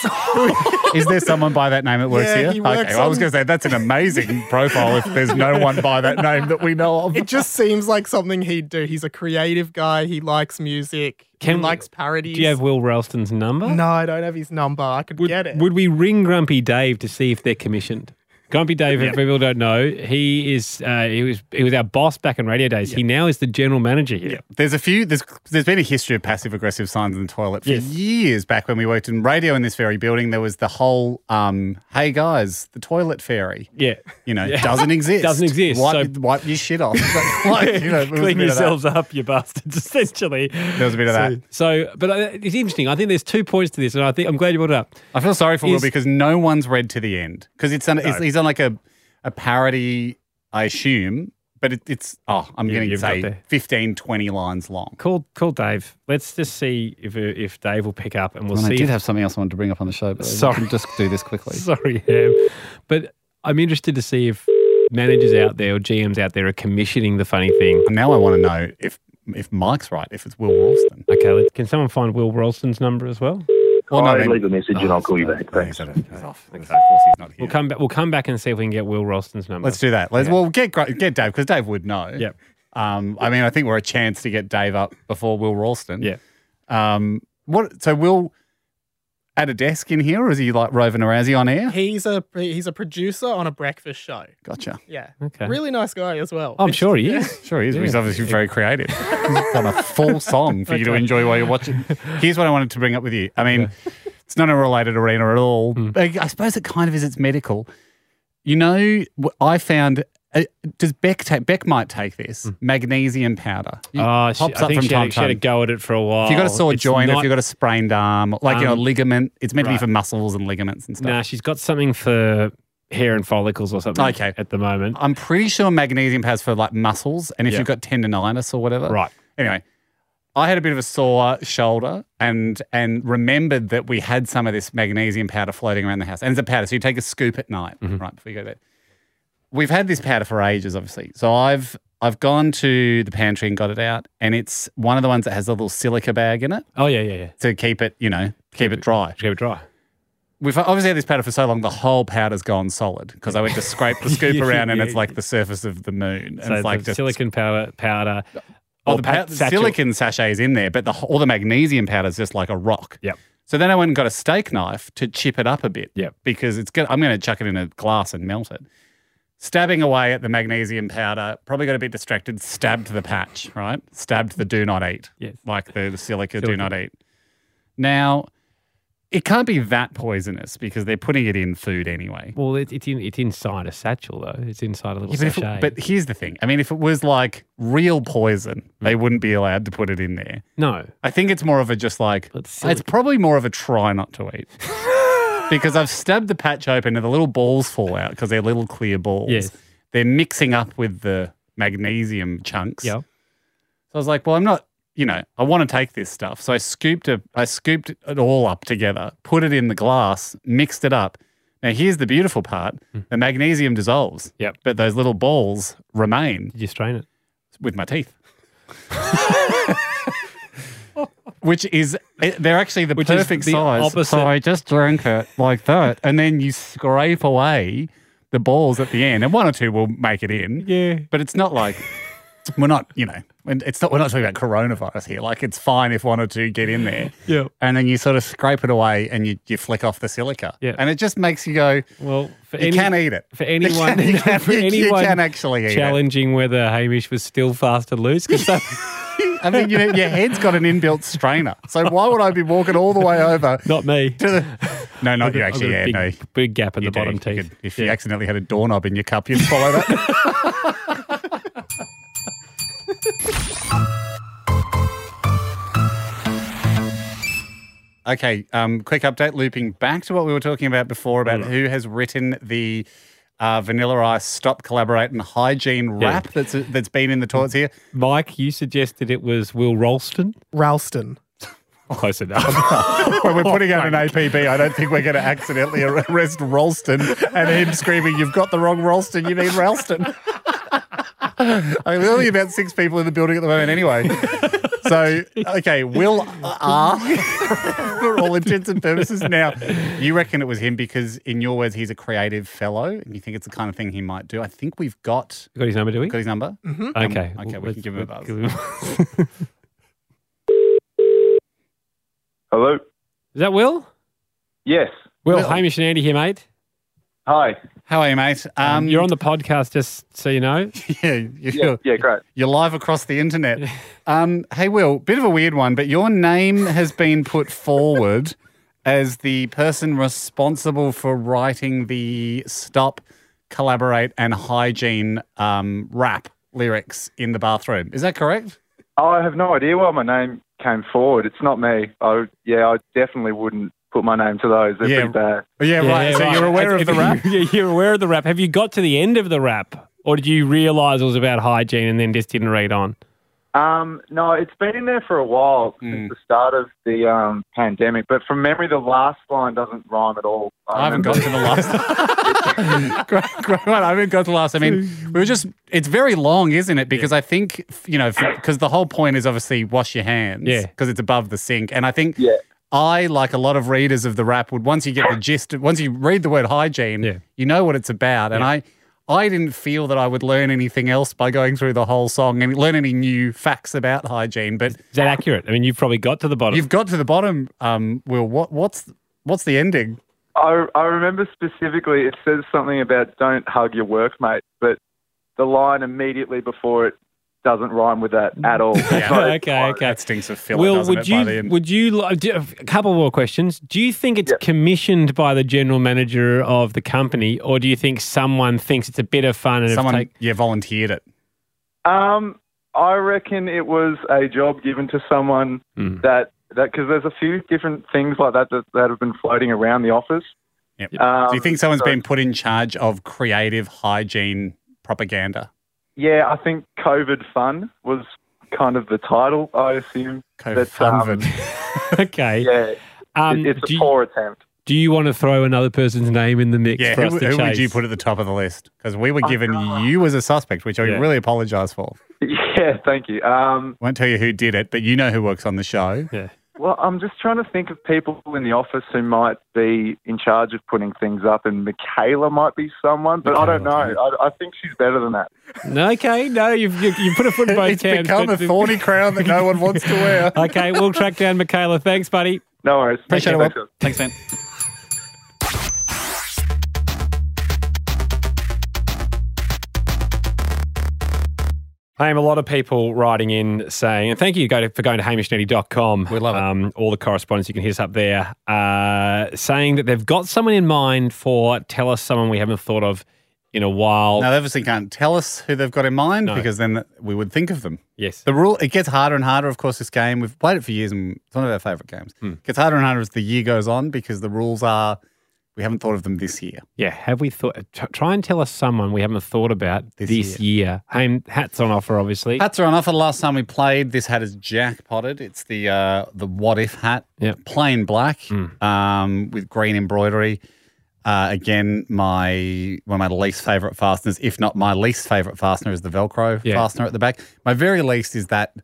Speaker 4: Is there someone by that name that works
Speaker 5: Yeah,
Speaker 4: here?
Speaker 5: he works
Speaker 4: okay, well, I was
Speaker 5: on-
Speaker 4: going to say that's an amazing profile if there's no one by that name that we know of.
Speaker 5: It just seems like something he'd do. He's a creative guy. He likes music.
Speaker 3: Can-
Speaker 5: he likes parodies.
Speaker 3: Do you have Will Ralston's number?
Speaker 5: no, I don't have his number. I could
Speaker 3: Would,
Speaker 5: get it.
Speaker 3: would we ring Grumpy Dave to see if they're commissioned? Grumpy Dave, if people don't know, he is uh, he was he was our boss back in radio days. He now is the general manager here.
Speaker 4: There's a few. There's there's been a history of passive aggressive signs in the toilet for
Speaker 3: Yes.
Speaker 4: years back when we worked in radio in this very building. There was the whole, um, "Hey guys, the toilet fairy."
Speaker 3: Yeah,
Speaker 4: You know, doesn't exist.
Speaker 3: Doesn't exist,
Speaker 4: Wipe,
Speaker 3: so-
Speaker 4: wipe your shit off. Like, you know, there was a
Speaker 3: clean
Speaker 4: bit of that.
Speaker 3: yourselves up, you bastards. Essentially,
Speaker 4: There was a bit of that.
Speaker 3: so, but uh, it's interesting. I think there's two points to this, and I think I'm glad you brought it up.
Speaker 4: I feel sorry for Will
Speaker 3: Is-
Speaker 4: because no one's read to the end because it's, on, it's he's on like a a parody, I assume, but it, it's oh I'm
Speaker 3: You-
Speaker 4: going to
Speaker 3: you've got
Speaker 4: say
Speaker 3: there.
Speaker 4: 15, 20 lines long.
Speaker 3: Call call Dave. Let's just see if uh, if Dave will pick up, and we'll
Speaker 9: And I
Speaker 3: see.
Speaker 9: did
Speaker 3: if-
Speaker 9: have something else I wanted to bring up on the show, but
Speaker 3: Sorry.
Speaker 9: I can just do this quickly.
Speaker 3: Sorry, Ham. But I'm interested to see if managers out there or GMs out there are commissioning the funny thing.
Speaker 4: And now I want to know if if Mike's right, if it's Will Ralston.
Speaker 3: Okay, let- can someone find Will Ralston's number as well?
Speaker 4: Well, Oh,
Speaker 8: I leave a message and I'll call you back.
Speaker 4: Thanks.
Speaker 8: Thanks.
Speaker 4: He's off. Of course he's not here.
Speaker 3: We'll come back. We'll come back and see if we can get Will Ralston's number.
Speaker 4: Let's do that. Let's well get Gr- get Dave because Dave would know.
Speaker 3: Yep.
Speaker 4: Um, I mean, I think we're a chance to get Dave up before Will Ralston.
Speaker 3: Yeah.
Speaker 4: Um, what? So Will at a desk in here, or is he like roving around? Is he on air?
Speaker 5: he's a he's a producer on a breakfast show.
Speaker 4: Gotcha.
Speaker 5: Yeah.
Speaker 3: Okay.
Speaker 5: Really nice guy as well.
Speaker 3: Oh, I'm sure he is.
Speaker 4: Sure, he is. but He's
Speaker 3: Yeah.
Speaker 4: obviously very creative. He's done a full song for you to enjoy while you're watching. Here's what I wanted to bring up with you. I mean, it's not a related arena at all. But I suppose it kind of is. It's medical. You know, wh- I found. Uh, does Beck take? Beck might take this magnesium powder. It
Speaker 3: Oh, she, I think she, had, she had a go at it for a while.
Speaker 4: If you've got a sore
Speaker 3: Oh, It's
Speaker 4: joint, if
Speaker 3: not-
Speaker 4: you've got a sprained arm, like you know,
Speaker 3: Um,
Speaker 4: ligament, it's meant to be
Speaker 3: right.
Speaker 4: for muscles and ligaments and stuff.
Speaker 3: nah, she's got something for hair and follicles or something.
Speaker 4: Okay.
Speaker 3: At the moment,
Speaker 4: I'm pretty sure magnesium powder's for like muscles, and if
Speaker 3: Yeah.
Speaker 4: you've got tendonitis or whatever,
Speaker 3: right.
Speaker 4: Anyway, I had a bit of a sore shoulder and and remembered that we had some of this magnesium powder floating around the house. And it's a powder, so you take a scoop at night,
Speaker 3: Mm-hmm.
Speaker 4: right before you go to bed. We've had this powder for ages, obviously. So I've I've gone to the pantry and got it out, and it's one of the ones that has a little silica bag in it
Speaker 3: Oh yeah, yeah, yeah.
Speaker 4: to keep it, you know, keep it dry
Speaker 3: She had it dry.
Speaker 4: we've obviously had this powder for so long, the whole powder's gone solid because I went to scrape the scoop
Speaker 3: Yeah,
Speaker 4: around and
Speaker 3: yeah,
Speaker 4: it's like the surface of the moon. And
Speaker 3: So
Speaker 4: it's like
Speaker 3: the
Speaker 4: just
Speaker 3: silicon powder, powder.
Speaker 4: all the,
Speaker 3: or pa-
Speaker 4: pow- the
Speaker 3: satchel.
Speaker 4: silicon sachets in there, but the wh- all the magnesium powder's just like a rock.
Speaker 3: Yep.
Speaker 4: So then I went and got a steak knife to chip it up a bit.
Speaker 3: Yep.
Speaker 4: Because it's good. I'm going to chuck it in a glass and melt it. Stabbing away at the magnesium powder, probably got a bit distracted, stabbed the patch, right? Stabbed the do not eat.
Speaker 3: Yes.
Speaker 4: Like the, the silica, do
Speaker 3: Silica.
Speaker 4: not eat. Now, it can't be that poisonous because they're putting it in food anyway.
Speaker 3: Well, it, it's in, it's inside a satchel though. It's inside a little
Speaker 4: Yeah, but, if it-
Speaker 3: sachet.
Speaker 4: but here's the thing. I mean, if it was like real poison, they wouldn't be allowed to put it in there.
Speaker 3: no,
Speaker 4: I think it's more of a just like
Speaker 3: That's silly.
Speaker 4: it's probably more of a try not to eat because I've stabbed the patch open and the little balls fall out because they're little clear balls.
Speaker 3: Yes.
Speaker 4: They're mixing up with the magnesium chunks.
Speaker 3: yeah.
Speaker 4: So I was like, well, I'm not, you know, I want to take this stuff. So I scooped a, I scooped it all up together, put it in the glass, mixed it up. Now here's the beautiful part: the magnesium dissolves.
Speaker 3: Yep.
Speaker 4: But those little balls remain
Speaker 3: Did you strain it?
Speaker 4: with my teeth. Which is eh, they're actually the
Speaker 3: Which is
Speaker 4: perfect
Speaker 3: the
Speaker 4: size.
Speaker 3: opposite.
Speaker 4: So I just drank it like that, and then you scrape away the balls at the end, and one or two will make it in.
Speaker 3: Yeah.
Speaker 4: but it's not like we're not, you know, and it's not. We're not talking about coronavirus here. Like it's fine if one or two get in there.
Speaker 3: Yeah.
Speaker 4: and then you sort of scrape it away, and you you flick off the silica.
Speaker 3: Yeah.
Speaker 4: and it just makes you go.
Speaker 3: Well, for
Speaker 4: You
Speaker 3: any-
Speaker 4: can eat it.
Speaker 3: for
Speaker 4: You
Speaker 3: anyone.
Speaker 4: can- you can-
Speaker 3: for
Speaker 4: you can
Speaker 3: anyone
Speaker 4: actually eat it.
Speaker 3: challenging whether Hamish was still fast and loose. 'cause that-
Speaker 4: I mean, you know, your head's got an inbuilt strainer. So why would I be walking all the way over
Speaker 3: not me.
Speaker 4: to the. No, not you,
Speaker 3: I've got
Speaker 4: actually.
Speaker 3: a
Speaker 4: Yeah,
Speaker 3: big,
Speaker 4: no.
Speaker 3: big gap in
Speaker 4: you
Speaker 3: the bottom
Speaker 4: do. You
Speaker 3: teeth.
Speaker 4: could- if you accidentally had a doorknob in your cup, you'd swallow that. okay, um, quick update. Looping back to what we were talking about before
Speaker 3: Mm.
Speaker 4: about who has written the uh, Vanilla Ice Stop Collaborate and Hygiene
Speaker 3: Yeah.
Speaker 4: rap that's that's been in the toilets here.
Speaker 3: Mike, you suggested it was Will Ralston.
Speaker 5: Ralston.
Speaker 4: Oh.
Speaker 3: Close enough.
Speaker 4: When we're putting out an APB, I don't think we're going to accidentally arrest Ralston and him screaming, "You've got the wrong Ralston! You need Ralston." I mean, there's only about six people in the building at the moment, anyway. So, okay, Will R, for all intents and purposes. Now, you reckon it was him because, in your words, he's a creative fellow and you think it's the kind of thing he might do. I think we've got,
Speaker 3: got his number, do we?
Speaker 4: got his number.
Speaker 3: Mm. Okay.
Speaker 4: okay, we can give him a buzz.
Speaker 3: buzz.
Speaker 8: Hello?
Speaker 3: Is that Will?
Speaker 8: Yes.
Speaker 3: Will, Hamish and Andy here, mate.
Speaker 8: Hi.
Speaker 4: How are you, mate?
Speaker 3: Um, you're on the podcast, just so you know.
Speaker 4: Yeah, you're,
Speaker 8: Yeah, yeah, great.
Speaker 4: You're live across the internet. Um, hey, Will, bit of a weird one, but your name has been put forward as the person responsible for writing the stop, collaborate, and hygiene um, rap lyrics in the bathroom. Is that correct?
Speaker 8: Oh, I have no idea why my name came forward. It's not me. I yeah, I definitely wouldn't put my name to those. They're
Speaker 4: Yeah.
Speaker 8: pretty bad.
Speaker 4: Yeah, right.
Speaker 3: Yeah,
Speaker 4: so
Speaker 3: right.
Speaker 4: you're aware of
Speaker 3: Have-
Speaker 4: the
Speaker 3: have
Speaker 4: rap?
Speaker 3: you- Yeah, you're aware of the rap. Have you got to the end of the rap, or did you realise it was about hygiene and then just didn't read on?
Speaker 8: Um, no, it's been in there for a while
Speaker 4: Hmm.
Speaker 8: since the start of the um, pandemic. But from memory, the last line doesn't rhyme at all.
Speaker 4: I haven't got
Speaker 8: remember-
Speaker 4: to the last. great, great one. I haven't got to the last. I mean, we were just, it's very long, isn't it? Because I think, you know, because the whole point is obviously wash your hands.
Speaker 3: Yeah.
Speaker 4: Because it's above the sink. And I think
Speaker 8: Yeah.
Speaker 4: I, like a lot of readers of the rap, would once you get the gist, once you read the word hygiene,
Speaker 3: Yeah.
Speaker 4: you know what it's about. And I, I didn't feel that I would learn anything else by going through the whole song and learn any new facts about hygiene. But
Speaker 3: Is that accurate? I mean, you've probably got to the bottom.
Speaker 4: you've got to the bottom, um, Will. What, what's, what's the ending?
Speaker 8: I, I remember specifically it says something about don't hug your workmate, but the line immediately before it doesn't rhyme with that at all. It's not-
Speaker 3: okay, okay.
Speaker 4: That stinks of filler,
Speaker 3: Will,
Speaker 4: doesn't
Speaker 3: would
Speaker 4: it, by the
Speaker 3: you
Speaker 4: end?
Speaker 3: would you li- do, a couple more questions? Do you think it's commissioned by the general manager of the company, or do you think someone thinks it's a bit of fun and
Speaker 4: Someone,
Speaker 3: Someone, take,
Speaker 4: yeah, volunteered it.
Speaker 8: Um, I reckon it was a job given to someone that that because there's a few different things like that that, that have been floating around the office.
Speaker 4: Yep.
Speaker 8: Um,
Speaker 4: Do you think someone's
Speaker 8: so-
Speaker 4: been put in charge of creative hygiene propaganda?
Speaker 8: Yeah, I think COVID fun was kind of the title. I assume.
Speaker 4: COVID
Speaker 8: That's,
Speaker 4: fun.
Speaker 3: okay?
Speaker 8: Yeah,
Speaker 3: um,
Speaker 8: it, it's
Speaker 3: do,
Speaker 8: a
Speaker 3: you,
Speaker 8: poor attempt.
Speaker 3: do you want to throw another person's name in the mix
Speaker 4: yeah,
Speaker 3: for us
Speaker 4: who,
Speaker 3: to
Speaker 4: who
Speaker 3: chase?
Speaker 4: would you put at the top of the list? Because we were given you as a suspect, which I
Speaker 3: Yeah.
Speaker 4: really apologise for.
Speaker 8: Yeah, thank you. Um,
Speaker 4: Won't tell you who did it, but you know who works on the show.
Speaker 3: yeah.
Speaker 8: well, I'm just trying to think of people in the office who might be in charge of putting things up, and Michaela might be someone, but I don't know. I, I think she's better than that.
Speaker 3: No, okay, no, you've you, you put a foot in both
Speaker 4: It's
Speaker 3: camps.
Speaker 4: become a
Speaker 3: but-
Speaker 4: thorny crown that no one wants to wear.
Speaker 3: Okay, we'll track down Michaela. Thanks, buddy.
Speaker 8: No worries.
Speaker 4: Appreciate it,
Speaker 8: Thanks,
Speaker 4: Will.
Speaker 8: guys.
Speaker 9: Thanks, man.
Speaker 3: Hey, a lot of people writing in saying, and thank you go to, for going to hamishnetty.com. We
Speaker 4: love it.
Speaker 3: Um, all the correspondence you can hit us up there, uh, saying that they've got someone in mind for tell us someone we haven't thought of in a while.
Speaker 4: Now, they obviously can't tell us who they've got in mind
Speaker 3: No.
Speaker 4: because then we would think of them.
Speaker 3: yes.
Speaker 4: The rule it gets harder and harder. Of course, this game we've played it for years, and it's one of our favorite games.
Speaker 3: Hmm.
Speaker 4: It gets harder and harder as the year goes on because the rules are we haven't thought of them this year.
Speaker 3: yeah. Have we thought? T- try and tell us someone we haven't thought about
Speaker 4: This
Speaker 3: this, year. Hey, hats on offer, obviously.
Speaker 4: Hats are on offer. Last time we played, this hat is jackpotted. It's the uh, the what if hat,
Speaker 3: Yep. Hmm.
Speaker 4: plain black um, with green embroidery. Uh, again, my one of my least favorite fasteners, if not my least favorite fastener, is the Velcro
Speaker 3: Yeah.
Speaker 4: fastener at the back. My very least is that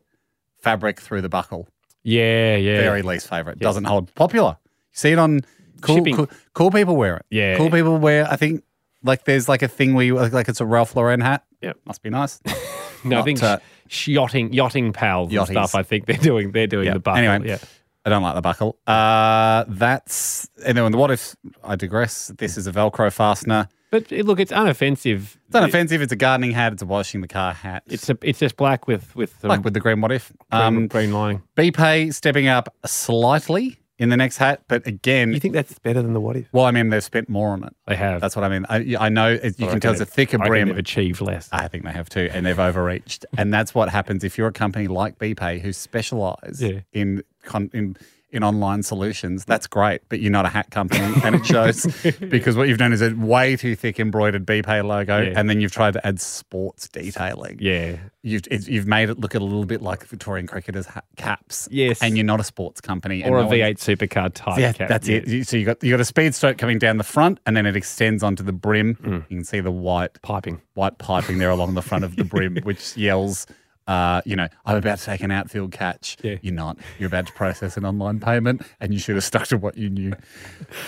Speaker 4: fabric through the buckle.
Speaker 3: yeah, yeah.
Speaker 4: very least favorite. Doesn't hold popular. You see it on cool,
Speaker 3: Shipping.
Speaker 4: cool cool people wear it.
Speaker 3: Yeah.
Speaker 4: Cool people wear I think like there's like a thing where you like, like it's a Ralph Lauren hat.
Speaker 3: Yep.
Speaker 4: Must be nice.
Speaker 3: no, I
Speaker 4: not,
Speaker 3: think
Speaker 4: uh,
Speaker 3: sh- sh- yachting, yachting pals
Speaker 4: Yachties.
Speaker 3: and stuff. I think they're doing. They're doing
Speaker 4: Yeah.
Speaker 3: the buckle.
Speaker 4: Anyway.
Speaker 3: yeah.
Speaker 4: I don't like the buckle. Uh that's and then what if I digress. This is a Velcro fastener.
Speaker 3: But eh, look, it's unoffensive.
Speaker 4: It's unoffensive, it's a gardening hat, it's a washing the car hat.
Speaker 3: It's a, it's just black with with some
Speaker 4: like with the green what if. Um
Speaker 3: green lining.
Speaker 4: BPay stepping up slightly in the next hat, but again
Speaker 3: You think that's better than the what if?
Speaker 4: well, I mean, they've spent more on it.
Speaker 3: They have.
Speaker 4: That's what I mean. I, I know it, you
Speaker 3: I
Speaker 4: can tell
Speaker 3: reckon
Speaker 4: it's a Ah. thicker
Speaker 3: I reckon
Speaker 4: brim.
Speaker 3: They've achieved less.
Speaker 4: I think they have too, and they've overreached. and that's what happens if you're a company like BPay who specialise
Speaker 3: Yeah.
Speaker 4: in con- in in online solutions, that's great, but you're not a hat company and it shows because what you've done is a way too thick embroidered BPay logo
Speaker 3: Yeah.
Speaker 4: and then you've tried to add sports detailing.
Speaker 3: Yeah.
Speaker 4: You've, it's, you've made it look a little bit like Victorian cricketers' ha- caps.
Speaker 3: Yes.
Speaker 4: And you're not a sports company. and
Speaker 3: Or a
Speaker 4: no one-
Speaker 3: V8 supercar type.
Speaker 4: yeah,
Speaker 3: cap.
Speaker 4: that's it.
Speaker 3: Yeah.
Speaker 4: You- So you got you got a speed stroke coming down the front, and then it extends onto the brim.
Speaker 3: Mm.
Speaker 4: You can see the white
Speaker 3: Piping.
Speaker 4: white piping there along the front of the brim, which yells, uh, you know, I'm about to take an outfield catch.
Speaker 3: Yeah.
Speaker 4: You're not. You're about to process an online payment, and you should have stuck to what you knew.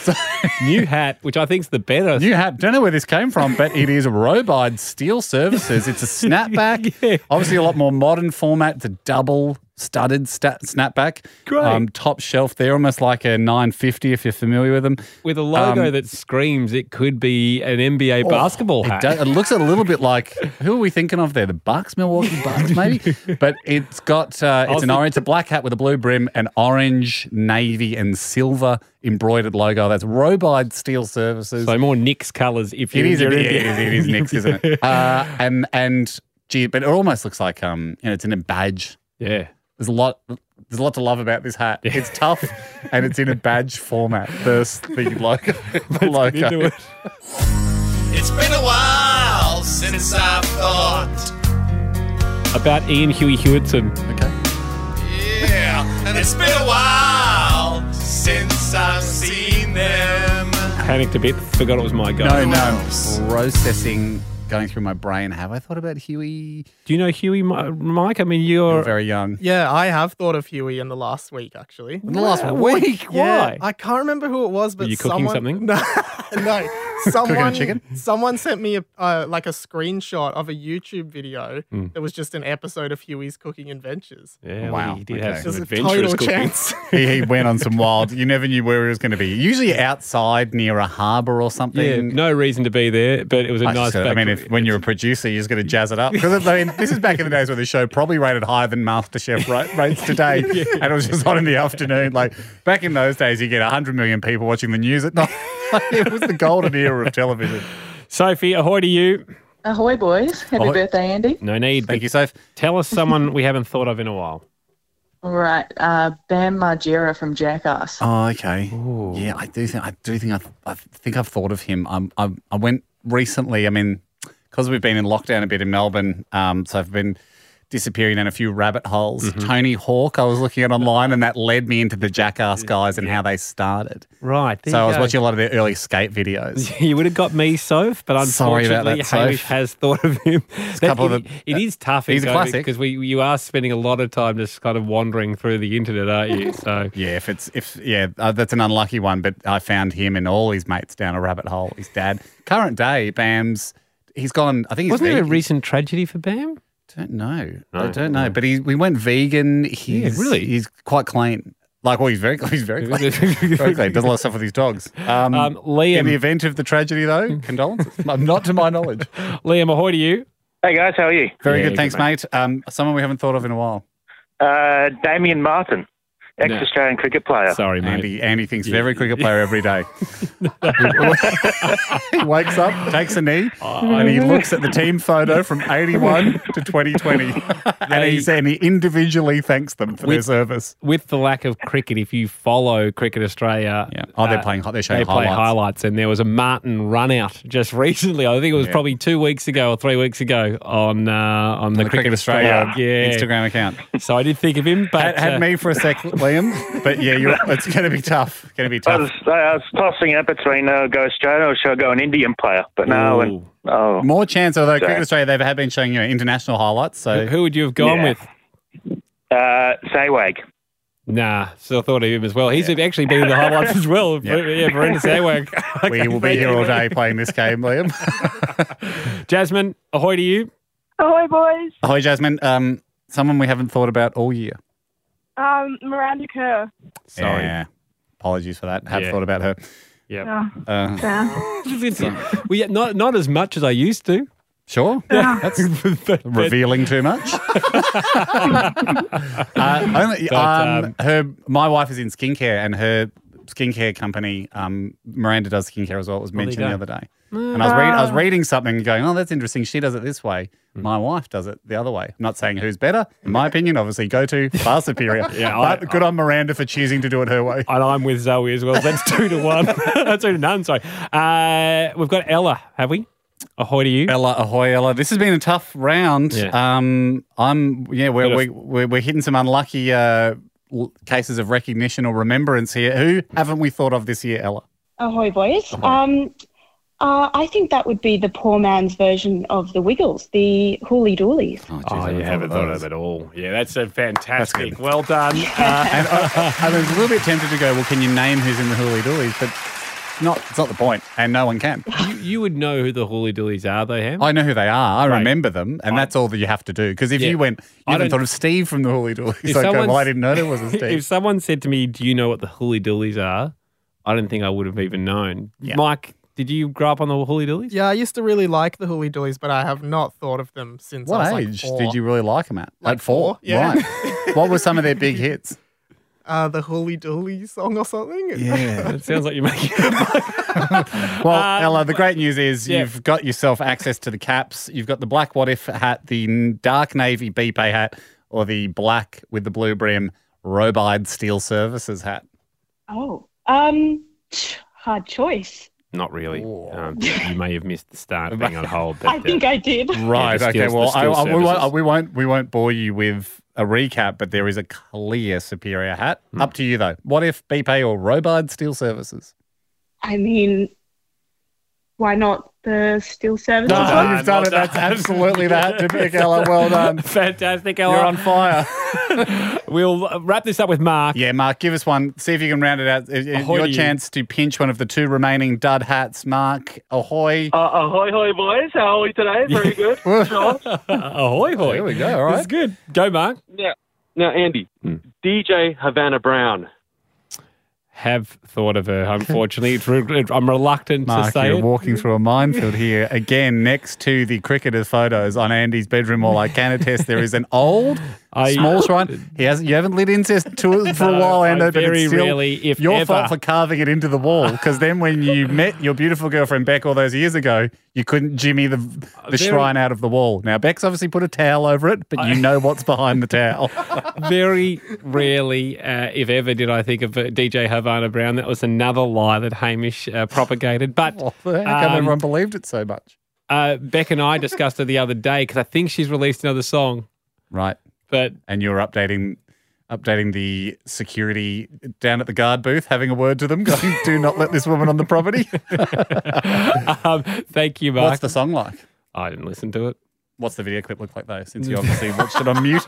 Speaker 4: So
Speaker 3: New hat, which I think's the better.
Speaker 4: new hat. Don't know where this came from, but it is Robide Steel Services. It's a snapback.
Speaker 3: Yeah.
Speaker 4: Obviously, a lot more modern format. It's a double studded stat- snapback. Um,
Speaker 3: Great.
Speaker 4: top shelf there, almost like a 950 if you're familiar with them.
Speaker 3: with a logo
Speaker 4: Um, Oh,
Speaker 3: that screams it could be an NBA basketball
Speaker 4: It,
Speaker 3: hat.
Speaker 4: does, it looks a little bit like who are we thinking of there? The Bucks, Milwaukee Bucks, maybe. But it's got uh,
Speaker 3: was
Speaker 4: it's an
Speaker 3: think-
Speaker 4: orange, it's a black hat with a blue brim, an orange, navy, and silver embroidered logo. That's Robide Steel Services.
Speaker 3: so more Knicks colours if you
Speaker 4: it is,
Speaker 3: you're
Speaker 4: it is,
Speaker 3: in
Speaker 4: it
Speaker 3: the-
Speaker 4: is, it is Nick's, isn't it? Uh, and and gee, but it almost looks like um, you know, it's in a badge.
Speaker 3: Yeah.
Speaker 4: There's a lot. There's a lot to love about this hat. It's tough, and it's in a badge format. The the logo, the
Speaker 3: You do
Speaker 4: logo.
Speaker 3: it.
Speaker 7: It's been a while since I've thought.
Speaker 3: About Ian Huey Hewitson.
Speaker 7: Yeah, and it's been a while since I've seen them.
Speaker 3: Panicked a bit, forgot it was my go.
Speaker 4: No, no, I'm processing, going through my brain. Have I thought about Huey?
Speaker 3: Do you know Huey, Mi- Mike? I mean,
Speaker 4: You're
Speaker 3: you're.
Speaker 4: very young.
Speaker 5: Yeah, I have thought of Huey in the last week, actually.
Speaker 4: In the last
Speaker 3: Wow,
Speaker 4: week,
Speaker 5: Yeah,
Speaker 3: Why?
Speaker 5: I can't remember who it was, but
Speaker 3: you cooking
Speaker 5: someone,
Speaker 3: something?
Speaker 5: No, no. Someone,
Speaker 4: chicken?
Speaker 5: someone sent me a, uh, like a screenshot of a YouTube video that was just an episode of Huey's cooking adventures.
Speaker 3: yeah,
Speaker 4: Wow,
Speaker 3: well, he did
Speaker 4: okay.
Speaker 3: have some
Speaker 5: There's a
Speaker 3: adventurous
Speaker 5: total
Speaker 3: cooking.
Speaker 5: chance.
Speaker 4: he, he went on some wild. You never knew where he was going to be. Usually outside near a harbour or
Speaker 3: Yeah,
Speaker 4: something.
Speaker 3: no reason to be there, but it was a
Speaker 4: I,
Speaker 3: nice.
Speaker 4: just- I mean,
Speaker 3: factory.
Speaker 4: if, when you're a producer, you're just going to jazz it up. Because I mean, this is back in the days where the show probably rated higher than MasterChef ra- rates today, and it was just on in the afternoon. Like back in those days, you get 100 million people watching the news at night. it was the golden era of television.
Speaker 3: Sophie, ahoy to you.
Speaker 10: Ahoy, boys. Happy
Speaker 4: Ahoy.
Speaker 10: birthday, Andy.
Speaker 3: No need.
Speaker 4: Thank you, Soph.
Speaker 3: Tell us someone we haven't thought of in a while.
Speaker 10: All right. Uh, Bam Margera from Jackass.
Speaker 4: Oh, okay. Yeah, I do think I do think I've, I think I've thought of him. Um, I I went recently. I mean, because we've been in lockdown a bit in Melbourne, um, so I've been disappearing in a few rabbit holes.
Speaker 3: Mm-hmm.
Speaker 4: Tony Hawk, I was looking at online, and that led me into the Jackass guys and how they started.
Speaker 3: Right.
Speaker 4: so I was watching a lot of their early skate videos.
Speaker 3: You would have got me, Soph, but
Speaker 4: Sorry
Speaker 3: unfortunately,
Speaker 4: about that,
Speaker 3: Hamish
Speaker 4: Soph.
Speaker 3: has thought of him.
Speaker 4: couple of the-
Speaker 3: it is tough.
Speaker 4: he's a classic.
Speaker 3: because we you are spending a lot of time just kind of wandering through the internet, aren't you? So
Speaker 4: Yeah, if it's if yeah, uh, that's an unlucky one. But I found him and all his mates down a rabbit hole. His dad, current day, Bam's. He's gone. I think he's
Speaker 3: wasn't there a
Speaker 4: vegan.
Speaker 3: recent tragedy for Bam?
Speaker 4: Don't know. I
Speaker 3: No, Oh.
Speaker 4: don't know. But he we went vegan. He's
Speaker 3: really?
Speaker 4: he's quite clean. Like, well, he's very he's very clean. very clean. Does a lot of stuff with his dogs. Um,
Speaker 3: Um,
Speaker 4: in the
Speaker 3: Liam,
Speaker 4: event of the tragedy, though, condolences. Not to my knowledge.
Speaker 3: Liam, ahoy to you.
Speaker 8: Hey guys, how are you?
Speaker 4: Very
Speaker 3: Yeah,
Speaker 4: good. Thanks,
Speaker 3: good,
Speaker 4: mate. Um, someone we haven't thought of in a while.
Speaker 8: Uh, Damien Martin, ex
Speaker 3: No.
Speaker 8: Australian cricket player.
Speaker 3: Sorry, mate.
Speaker 4: Andy, Andy thinks of every cricket player every day. he wakes up, takes a knee,
Speaker 3: Oh.
Speaker 4: and he looks at the team photo from 81 to 2020. and,
Speaker 3: They-
Speaker 4: he's, and he individually thanks them for their
Speaker 3: With-
Speaker 4: service.
Speaker 3: With the lack of cricket, if you follow Cricket Australia,
Speaker 4: Yeah. Oh, they're
Speaker 3: uh,
Speaker 4: playing. They're showing
Speaker 3: they play
Speaker 4: highlights.
Speaker 3: highlights, and there was a Martin run out just recently. I think it was
Speaker 4: Yeah.
Speaker 3: probably two weeks ago or three weeks ago on uh, on the,
Speaker 4: the Cricket Australia
Speaker 3: yeah.
Speaker 4: Instagram account.
Speaker 3: So I did think of him, but
Speaker 4: Had, had
Speaker 3: uh,
Speaker 4: me for a sec, Liam, but yeah, you're, it's going to be tough. Going to be
Speaker 8: I
Speaker 4: tough.
Speaker 8: was, I was tossing up between uh, go Australian or should I go an Indian player? But no, and
Speaker 3: Ooh.
Speaker 8: oh,
Speaker 4: More chance, although Cricket
Speaker 8: Sorry.
Speaker 4: Australia they've had been showing you know, international highlights. So
Speaker 3: who would you have gone
Speaker 8: Yeah.
Speaker 3: with?
Speaker 8: uh, Saywag.
Speaker 3: Nah, still thought of him as well. He's actually been in the highlights as well. Yeah, yeah Brenda Sawag.
Speaker 4: we will be here all day playing this game, Liam.
Speaker 3: Jasmine, ahoy to you.
Speaker 10: Ahoy, Oh, boys.
Speaker 4: Hi, Jasmine. Um, someone we haven't thought about all year.
Speaker 10: Um, Miranda Kerr.
Speaker 3: Sorry.
Speaker 4: Yeah. Apologies for that. Have
Speaker 3: Yeah.
Speaker 4: thought about her.
Speaker 3: Yeah.
Speaker 10: Oh,
Speaker 4: Uh,
Speaker 10: damn.
Speaker 3: well, yeah, not not as much as I used to.
Speaker 4: sure. That's
Speaker 3: but, but
Speaker 4: revealing too much. uh, um, only,
Speaker 3: But,
Speaker 4: um,
Speaker 3: um,
Speaker 4: her, my wife is in skincare, and her skincare company. Um, Miranda does skincare as well. It was
Speaker 3: Well, there
Speaker 4: mentioned
Speaker 3: you
Speaker 4: the
Speaker 3: go.
Speaker 4: other day. And I was, read, I was
Speaker 3: Ah.
Speaker 4: reading something and going, oh, that's interesting. She does it this way.
Speaker 3: Hmm.
Speaker 4: My wife does it the other way. I'm not saying who's better. In my opinion, obviously, go to far superior.
Speaker 3: Yeah, I-
Speaker 4: but good on Miranda for choosing to do it her way.
Speaker 3: And I'm with Zoe as well. That's two to one. That's two to none. Sorry. Uh, we've got Ella, have we? Ahoy to you.
Speaker 4: Ella, ahoy, Ella. This has been a tough round. Um, I'm, yeah, we're,
Speaker 3: Bit of-
Speaker 4: we're, we're, we're hitting some unlucky uh, l- cases of recognition or remembrance here. Who haven't we thought of this year, Ella?
Speaker 11: Ahoy, boys. Um, uh, I think that would be the poor man's version of the Wiggles, the Hooly Doolies.
Speaker 3: Oh, you haven't thought of it at all. Yeah, that's a fantastic. well done.
Speaker 4: and I, I was a little bit tempted to go, well, can you name who's in the Hooly Doolies? But not, it's not the point, and no one can.
Speaker 3: Uh, you, you would know who the Hooly Doolies are, though, Ham.
Speaker 4: I know who they are. I remember them, and that's all that you have to do. Because if
Speaker 3: Yeah.
Speaker 4: you went,
Speaker 3: I
Speaker 4: you
Speaker 3: don't-
Speaker 4: haven't thought of Steve from the Hooly Doolies.
Speaker 3: If
Speaker 4: I'd go, well,
Speaker 3: someone's-
Speaker 4: I didn't know there was a Steve.
Speaker 3: If someone said to me, "Do you know what the Hooly Doolies are?" I don't think I would have even known. Mike, did you grow up on the Hooly Doolies?
Speaker 5: Yeah, I used to really like the Hooly Doolies, but I have not thought of them since
Speaker 4: what
Speaker 5: I was
Speaker 4: age
Speaker 5: like four.
Speaker 4: did you really like them at? at four?
Speaker 5: yeah.
Speaker 4: Right. what were some of their big hits?
Speaker 5: Uh, the Hooly Dooly song or something?
Speaker 3: it sounds like you're making.
Speaker 4: Well, Ella, the great news is
Speaker 5: yeah.
Speaker 4: you've got yourself access to the caps. You've got the black what if hat, the n- dark navy BPay hat, or the black with the blue brim Robide Steel Services hat.
Speaker 11: Oh, um, hard choice.
Speaker 3: Not really. Um, you may have missed the start of being on hold. but,
Speaker 11: I
Speaker 3: uh,
Speaker 11: think I did.
Speaker 3: Yeah,
Speaker 4: Right.
Speaker 3: the
Speaker 4: okay.
Speaker 3: skills- the
Speaker 4: Well, I,
Speaker 3: skill
Speaker 4: I- we, won't,
Speaker 3: services.
Speaker 4: we won't we won't bore you with a recap, but there is a clear superior hat. Up to you though. What if BPay or Robard Steel Services?
Speaker 11: I mean, why not the Steel Services?
Speaker 4: No,
Speaker 11: one?
Speaker 4: you've done it. That's absolutely the hat to pick, Ella. Well done.
Speaker 3: Fantastic, Ella.
Speaker 4: You're on fire.
Speaker 3: we'll wrap this up with Mark.
Speaker 4: Yeah, Mark, give us one. See if you can round it out. It- it-
Speaker 3: Ahoy
Speaker 4: Your
Speaker 3: to you.
Speaker 4: chance to pinch one of the two remaining dud hats, Mark. Ahoy.
Speaker 3: Oh,
Speaker 12: Uh, ahoy, hoy, boys. How are we today? Very good. Sure.
Speaker 3: ahoy, hoy. There we go. All right. That's good. Go, Mark.
Speaker 12: Now, now, Andy,
Speaker 4: Hmm.
Speaker 12: DJ Havana Brown.
Speaker 3: Have thought of her. Unfortunately, It's re- I'm reluctant to
Speaker 4: Mark,
Speaker 3: say
Speaker 4: you're
Speaker 3: it.
Speaker 4: walking through a minefield here again next to the cricketers' photos on Andy's bedroom wall. I can attest there is an old,
Speaker 3: I-
Speaker 4: small shrine. He hasn't, you haven't lit incense to it for a
Speaker 3: No,
Speaker 4: while,
Speaker 3: I
Speaker 4: Andy. but
Speaker 3: very
Speaker 4: it's still
Speaker 3: rarely, if
Speaker 4: your
Speaker 3: ever.
Speaker 4: fault for carving it into the wall. Because then, when you met your beautiful girlfriend Beck all those years ago, you couldn't jimmy the the
Speaker 3: Very-
Speaker 4: shrine out of the wall. Now Beck's obviously put a towel over it, but you know what's behind the towel.
Speaker 3: Very rarely, uh, if ever, did I think of uh, DJ Havana Brown. That was another lie that Hamish uh, propagated. But
Speaker 4: How come
Speaker 3: um,
Speaker 4: everyone believed it so much?
Speaker 3: uh, Beck and I discussed her the other day because I think she's released another song.
Speaker 4: Right.
Speaker 3: But
Speaker 4: and you're updating updating the security down at the guard booth, having a word to them, going, "Do not let this woman on the property."
Speaker 3: um, thank you, Mark.
Speaker 4: What's the song like?
Speaker 3: I didn't listen to it.
Speaker 4: What's the video clip look like though? Since you obviously watched it on mute.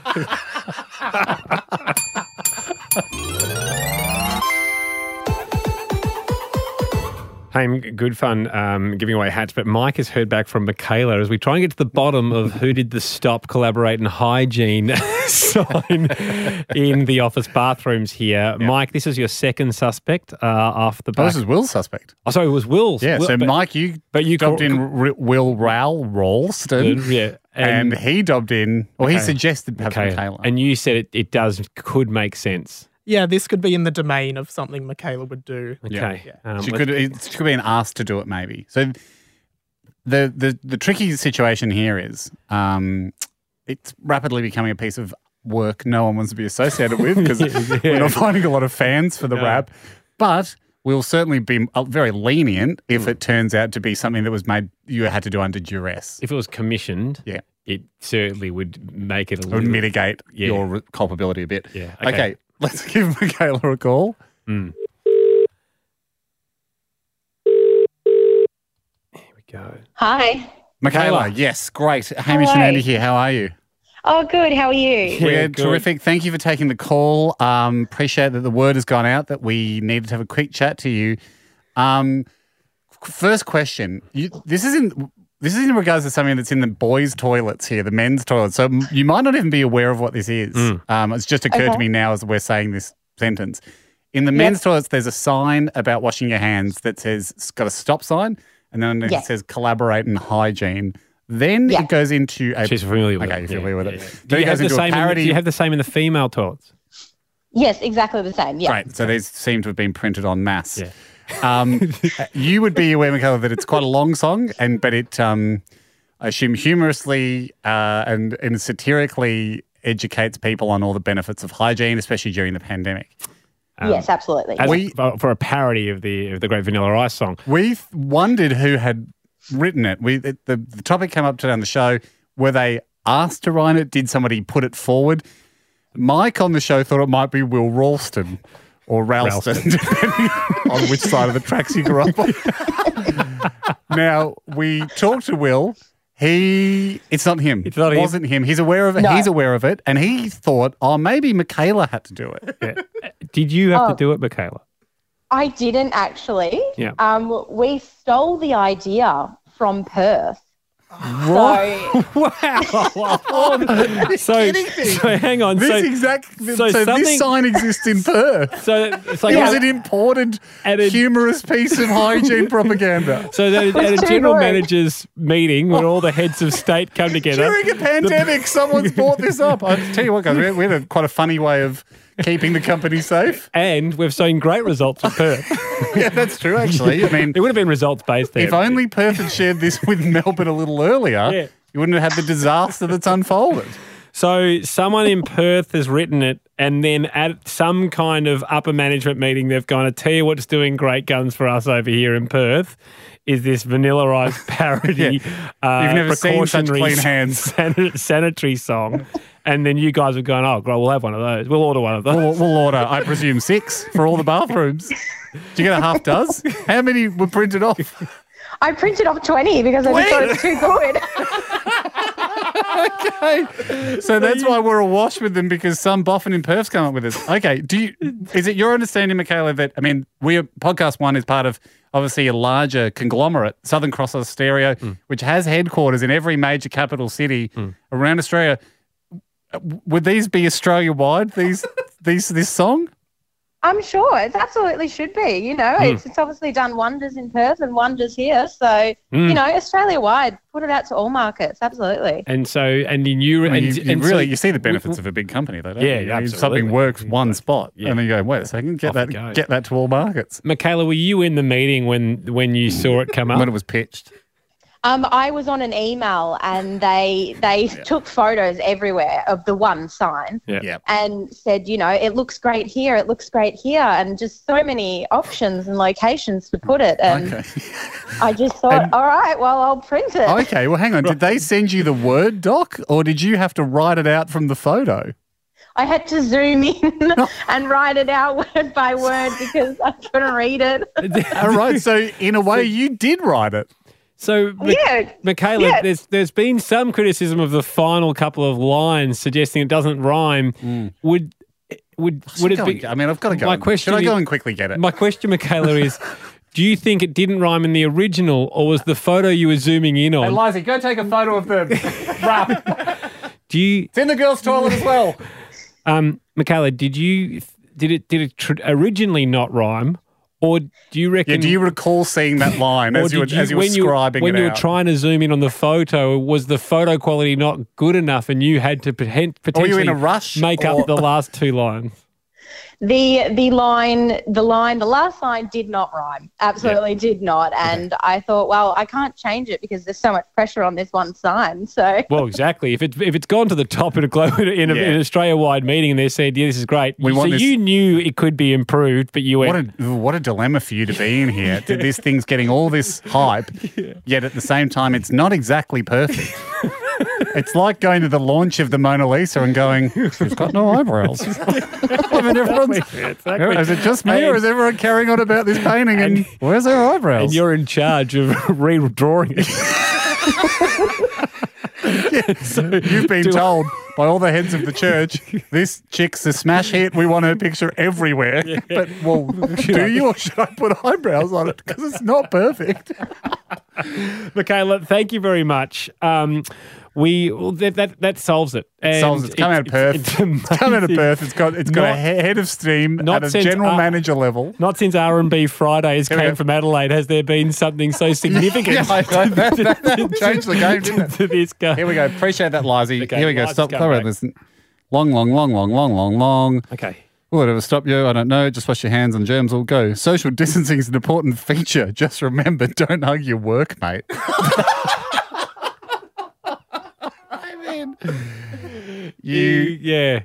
Speaker 3: Hey, good fun um, giving away hats, but Mike has heard back from Michaela as we try and get to the bottom of who did the stop, collaborate, and hygiene sign in the office bathrooms here. Mike, this is your second suspect uh, after the
Speaker 4: Oh,
Speaker 3: back.
Speaker 4: this is Will's suspect.
Speaker 3: Oh, sorry, it was Will's.
Speaker 4: Yeah.
Speaker 3: Will-
Speaker 4: so
Speaker 3: but-
Speaker 4: Mike, you
Speaker 3: but you
Speaker 4: dubbed
Speaker 3: call-
Speaker 4: in R- Will Rowell Ralston.
Speaker 3: Yeah,
Speaker 4: And,
Speaker 3: and-
Speaker 4: he dubbed in, or he
Speaker 3: Okay.
Speaker 4: suggested having
Speaker 3: Michaela.
Speaker 4: Michaela.
Speaker 3: And you said it, it does, could make sense.
Speaker 5: Yeah, this could be in the domain of something Michaela would do.
Speaker 3: Okay. Um,
Speaker 4: she
Speaker 3: let's-
Speaker 4: could it- she could be an asked to do it maybe. So the the the tricky situation here is um, it's rapidly becoming a piece of work no one wants to be associated with because we're not finding a lot of fans for the rap. But we'll certainly be uh, very lenient
Speaker 3: Mm.
Speaker 4: if it turns out to be something that was made you had to do under duress.
Speaker 3: If it was commissioned,
Speaker 4: Yeah.
Speaker 3: it certainly would make it a
Speaker 4: It would
Speaker 3: little
Speaker 4: mitigate
Speaker 3: Yeah.
Speaker 4: your re- culpability a bit.
Speaker 3: Yeah.
Speaker 4: Okay. let's give Michaela a call.
Speaker 3: Mm. Here we go.
Speaker 13: Hi.
Speaker 4: Michaela,
Speaker 3: Michaela.
Speaker 4: yes, great. Hamish and
Speaker 13: Hello.
Speaker 4: Andy here. How are you?
Speaker 13: Oh, good. How are you?
Speaker 4: We're
Speaker 3: Yeah, good.
Speaker 4: terrific. Thank you for taking the call. Um, appreciate that the word has gone out that we needed to have a quick chat to you. Um, first question: you, This is in this is in regards to something that's in the boys' toilets here, the men's toilets. So m- you might not even be aware of what this is. Um, it's just occurred to
Speaker 13: Hmm. Okay.
Speaker 4: me now as we're saying this sentence. In the men's toilets, there's a sign about washing your hands that says it's got a stop sign, and then it
Speaker 13: Yeah.
Speaker 4: says collaborate and hygiene. Then
Speaker 13: Yeah.
Speaker 4: it goes into a
Speaker 3: She's familiar with
Speaker 4: okay,
Speaker 3: it.
Speaker 4: you're familiar with it.
Speaker 3: Do
Speaker 4: Then
Speaker 3: you,
Speaker 4: it
Speaker 3: have
Speaker 4: goes
Speaker 3: the
Speaker 4: into a
Speaker 3: same in, the-
Speaker 4: parody.
Speaker 3: do you have the same in the female toilets?
Speaker 13: Yes, exactly the same. Yeah.
Speaker 4: Great. So these seem to have been printed on mass. Um, you would be aware, Michaela, that it's quite a long song, and but it, um, I assume, humorously uh, and, and satirically educates people on all the benefits of hygiene, especially during the pandemic.
Speaker 13: yes, absolutely.
Speaker 3: As for, for a parody of the of the Great Vanilla Ice song.
Speaker 4: We th- wondered who had written it. We it, the, the topic came up today on the show. Were they asked to write it? Did somebody put it forward? Mike on the show thought it might be Will Ralston or Ralston, depending on which side of the tracks you grew up on. now we talked to Will. He, it's not him. It's
Speaker 3: not
Speaker 4: it
Speaker 3: him.
Speaker 4: wasn't him. He's aware of it.
Speaker 3: No.
Speaker 4: He's aware of it, and he thought, oh, maybe Michaela had to do it.
Speaker 3: Uh, Did you have
Speaker 13: Oh.
Speaker 3: to do it, Michaela?
Speaker 13: I didn't actually.
Speaker 3: Yeah.
Speaker 13: Um, we stole the idea from Perth.
Speaker 3: Wow. so, so hang on.
Speaker 4: This
Speaker 3: so,
Speaker 4: exact- so this
Speaker 3: something-
Speaker 4: sign exists in Perth.
Speaker 3: So it's like
Speaker 4: it was an imported, humorous piece of hygiene propaganda.
Speaker 3: So the, at a general manager's meeting when all the heads of state come together
Speaker 4: During a
Speaker 3: the-
Speaker 4: pandemic, someone's brought this up. I tell you what, guys, we we had a, quite a funny way of keeping the company safe.
Speaker 3: and we've seen great results at Perth.
Speaker 4: yeah, that's true, actually. I mean,
Speaker 3: it would have been results based.
Speaker 4: if only Perth had shared this with Melbourne a little earlier,
Speaker 3: Yeah.
Speaker 4: you wouldn't have had the disaster that's unfolded.
Speaker 3: So someone in Perth has written it, and then at some kind of upper management meeting, they've gone, "I tell you what's doing great guns for us over here in Perth." Is this vanilla ice parody? uh,
Speaker 4: You've never seen such
Speaker 3: precautionary
Speaker 4: clean hands.
Speaker 3: san- sanitary song, and then you guys have gone, "Oh, God, we'll have one of those. We'll order one of those."
Speaker 4: We'll, we'll order, I presume, six for all the bathrooms. Do you get a half does? How many were printed off?
Speaker 13: I printed off 20 because I just thought it was too good.
Speaker 4: okay. So that's why we're awash with them because some boffin in Perth's come up with this. Okay. Do you is it your understanding, Michaela, that I mean we are podcast one is part of obviously a larger conglomerate, Southern Cross Austereo,
Speaker 3: Mm.
Speaker 4: which has headquarters in every major capital city around Australia. W- Would these be Australia wide, these these this song?
Speaker 13: I'm sure it absolutely should be. You know,
Speaker 4: Mm.
Speaker 13: it's, it's obviously done wonders in Perth and wonders here. So,
Speaker 3: Mm.
Speaker 13: you know, Australia wide, put it out to all markets. Absolutely.
Speaker 3: And so, and then you,
Speaker 4: I mean,
Speaker 3: and,
Speaker 4: you, you
Speaker 3: and so-
Speaker 4: really you see the benefits of a big company though, don't
Speaker 3: Yeah,
Speaker 4: you? You know,
Speaker 3: absolutely.
Speaker 4: Something works one spot.
Speaker 3: Yeah.
Speaker 4: And then you go, wait a second,
Speaker 3: Off
Speaker 4: get
Speaker 3: it
Speaker 4: that
Speaker 3: goes.
Speaker 4: get that to all markets.
Speaker 3: Michaela, were you in the meeting when when you saw it come up?
Speaker 4: When it was pitched.
Speaker 13: Um, I was on an email and they they took photos everywhere of the one sign
Speaker 3: Yeah.
Speaker 13: and said, you know, it looks great here, it looks great here, and just so many options and locations to put it. And I just thought, all right, well, I'll print it.
Speaker 4: Okay, well, hang on. Did they send you the Word doc or did you have to write it out from the photo?
Speaker 13: I had to zoom in and write it out word by word because I couldn't read it.
Speaker 4: All right, so in a way, you did write it.
Speaker 3: So, Mi-
Speaker 13: Oh, Yeah.
Speaker 3: Michaela,
Speaker 13: Yeah.
Speaker 3: there's there's been some criticism of the final couple of lines suggesting it doesn't rhyme.
Speaker 4: Mm.
Speaker 3: Would would would it
Speaker 4: go
Speaker 3: be?
Speaker 4: and- I mean, I've gotta go
Speaker 3: My
Speaker 4: and-
Speaker 3: question.
Speaker 4: should I go
Speaker 3: is-
Speaker 4: and quickly get it?
Speaker 3: My question, Michaela, is: Do you think it didn't rhyme in the original, or was the photo you were zooming in on?
Speaker 4: Liza, go take a photo of the wrap.
Speaker 3: do you,
Speaker 4: It's in the girls' toilet as well.
Speaker 3: um, Michaela? Did you did it did it tr- originally not rhyme, or do you reckon?
Speaker 4: Yeah, do you recall seeing that line
Speaker 3: Or
Speaker 4: as you, were
Speaker 3: did
Speaker 4: as you were
Speaker 3: when
Speaker 4: scribing
Speaker 3: when
Speaker 4: it
Speaker 3: you were
Speaker 4: out?
Speaker 3: trying to zoom in on the photo, was the photo quality not good enough, and you had to poten-
Speaker 4: Or were
Speaker 3: potentially
Speaker 4: you in a rush?
Speaker 3: make
Speaker 4: or-
Speaker 3: up the last two lines?
Speaker 13: The the line the line the last line did not rhyme. Absolutely did not. And I thought, well, I can't change it because there's so much pressure on this one sign. So
Speaker 3: Well, exactly. If it's if it's gone to the top in a glo- in, a,
Speaker 4: Yeah.
Speaker 3: in an Australia wide meeting, and they said, "Yeah, this is great,"
Speaker 4: We
Speaker 3: so
Speaker 4: want this-
Speaker 3: you knew it could be improved, but you went.
Speaker 4: What a, ooh, what a dilemma for you to be in here. Th- This thing's getting all this hype, yet at the same time, it's not exactly perfect. it's like going to the launch of the Mona Lisa and going, she's got no eyebrows. I mean, everyone's,
Speaker 3: Exactly.
Speaker 4: Is it just me or is everyone carrying on about this painting and, where's her eyebrows?
Speaker 3: and you're in charge of redrawing it.
Speaker 4: You've been
Speaker 3: Do I-
Speaker 4: told by all the heads of the church, this chick's a smash hit. We want her picture everywhere. But, well, do you or should I put eyebrows on it? Because it's not perfect.
Speaker 3: Michaela, thank you very much. Um, we well, that, that that solves it. And
Speaker 4: solves it. It's come out of Perth. It's, come out of
Speaker 3: amazing.
Speaker 4: Perth. It's got it's got a
Speaker 3: Not-
Speaker 4: he- head of steam
Speaker 3: not
Speaker 4: at a
Speaker 3: since
Speaker 4: general
Speaker 3: I-
Speaker 4: manager level.
Speaker 3: Not since R and B Fridays
Speaker 4: Here we
Speaker 3: came
Speaker 4: go.
Speaker 3: from Adelaide has there been something so significant.
Speaker 4: Yeah, I know. That- that- that changed the game,
Speaker 3: to-
Speaker 4: didn't it?
Speaker 3: To this guy.
Speaker 4: Here we go. Appreciate that, Lizzie.
Speaker 3: Okay,
Speaker 4: Here we go.
Speaker 3: Lizzie's
Speaker 4: Stop.
Speaker 3: come
Speaker 4: Sorry about
Speaker 3: back.
Speaker 4: this. Long, long, long, long, long, long, long.
Speaker 3: Okay.
Speaker 4: Will it ever stop you? I don't know. Just wash your hands and germs will go. Social distancing is an important feature. Just remember, don't hug your workmate.
Speaker 2: I mean,
Speaker 4: You,
Speaker 3: yeah.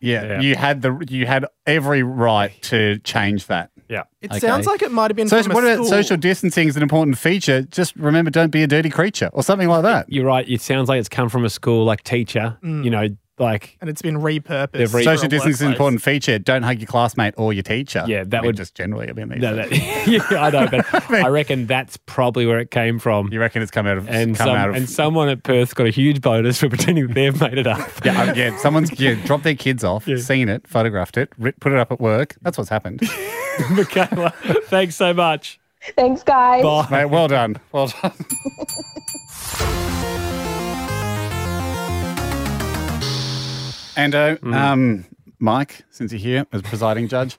Speaker 4: yeah, you had the you had every right to change that.
Speaker 3: Yeah,
Speaker 5: It sounds like it might have been
Speaker 4: So
Speaker 5: from a
Speaker 4: what about
Speaker 5: school.
Speaker 4: social distancing is an important feature? Just remember, don't be a dirty creature or something like that.
Speaker 3: You're right. It sounds like it's come from a school, like teacher.
Speaker 5: Mm.
Speaker 3: You know, like
Speaker 5: and it's been repurposed. for a
Speaker 4: Social distancing is an
Speaker 5: workplace.
Speaker 4: important feature. Don't hug your classmate or your teacher.
Speaker 3: Yeah, that
Speaker 4: I mean,
Speaker 3: would-
Speaker 4: just generally. I mean, these
Speaker 3: no,
Speaker 4: days.
Speaker 3: that, yeah, I know, but I reckon that's probably where it came from.
Speaker 4: You reckon it's come out of
Speaker 3: and
Speaker 4: come
Speaker 3: some,
Speaker 4: out of-
Speaker 3: and someone at Perth got a huge bonus for pretending they've made it up.
Speaker 4: yeah, um, yeah. Someone's yeah, dropped their kids off,
Speaker 3: Yeah.
Speaker 4: seen it, photographed it, writ- put it up at work. That's what's happened.
Speaker 3: Michaela, thanks so much.
Speaker 13: Thanks, guys.
Speaker 4: Mate, well done. Well done. Ando, um, Mike, since you're here as presiding judge,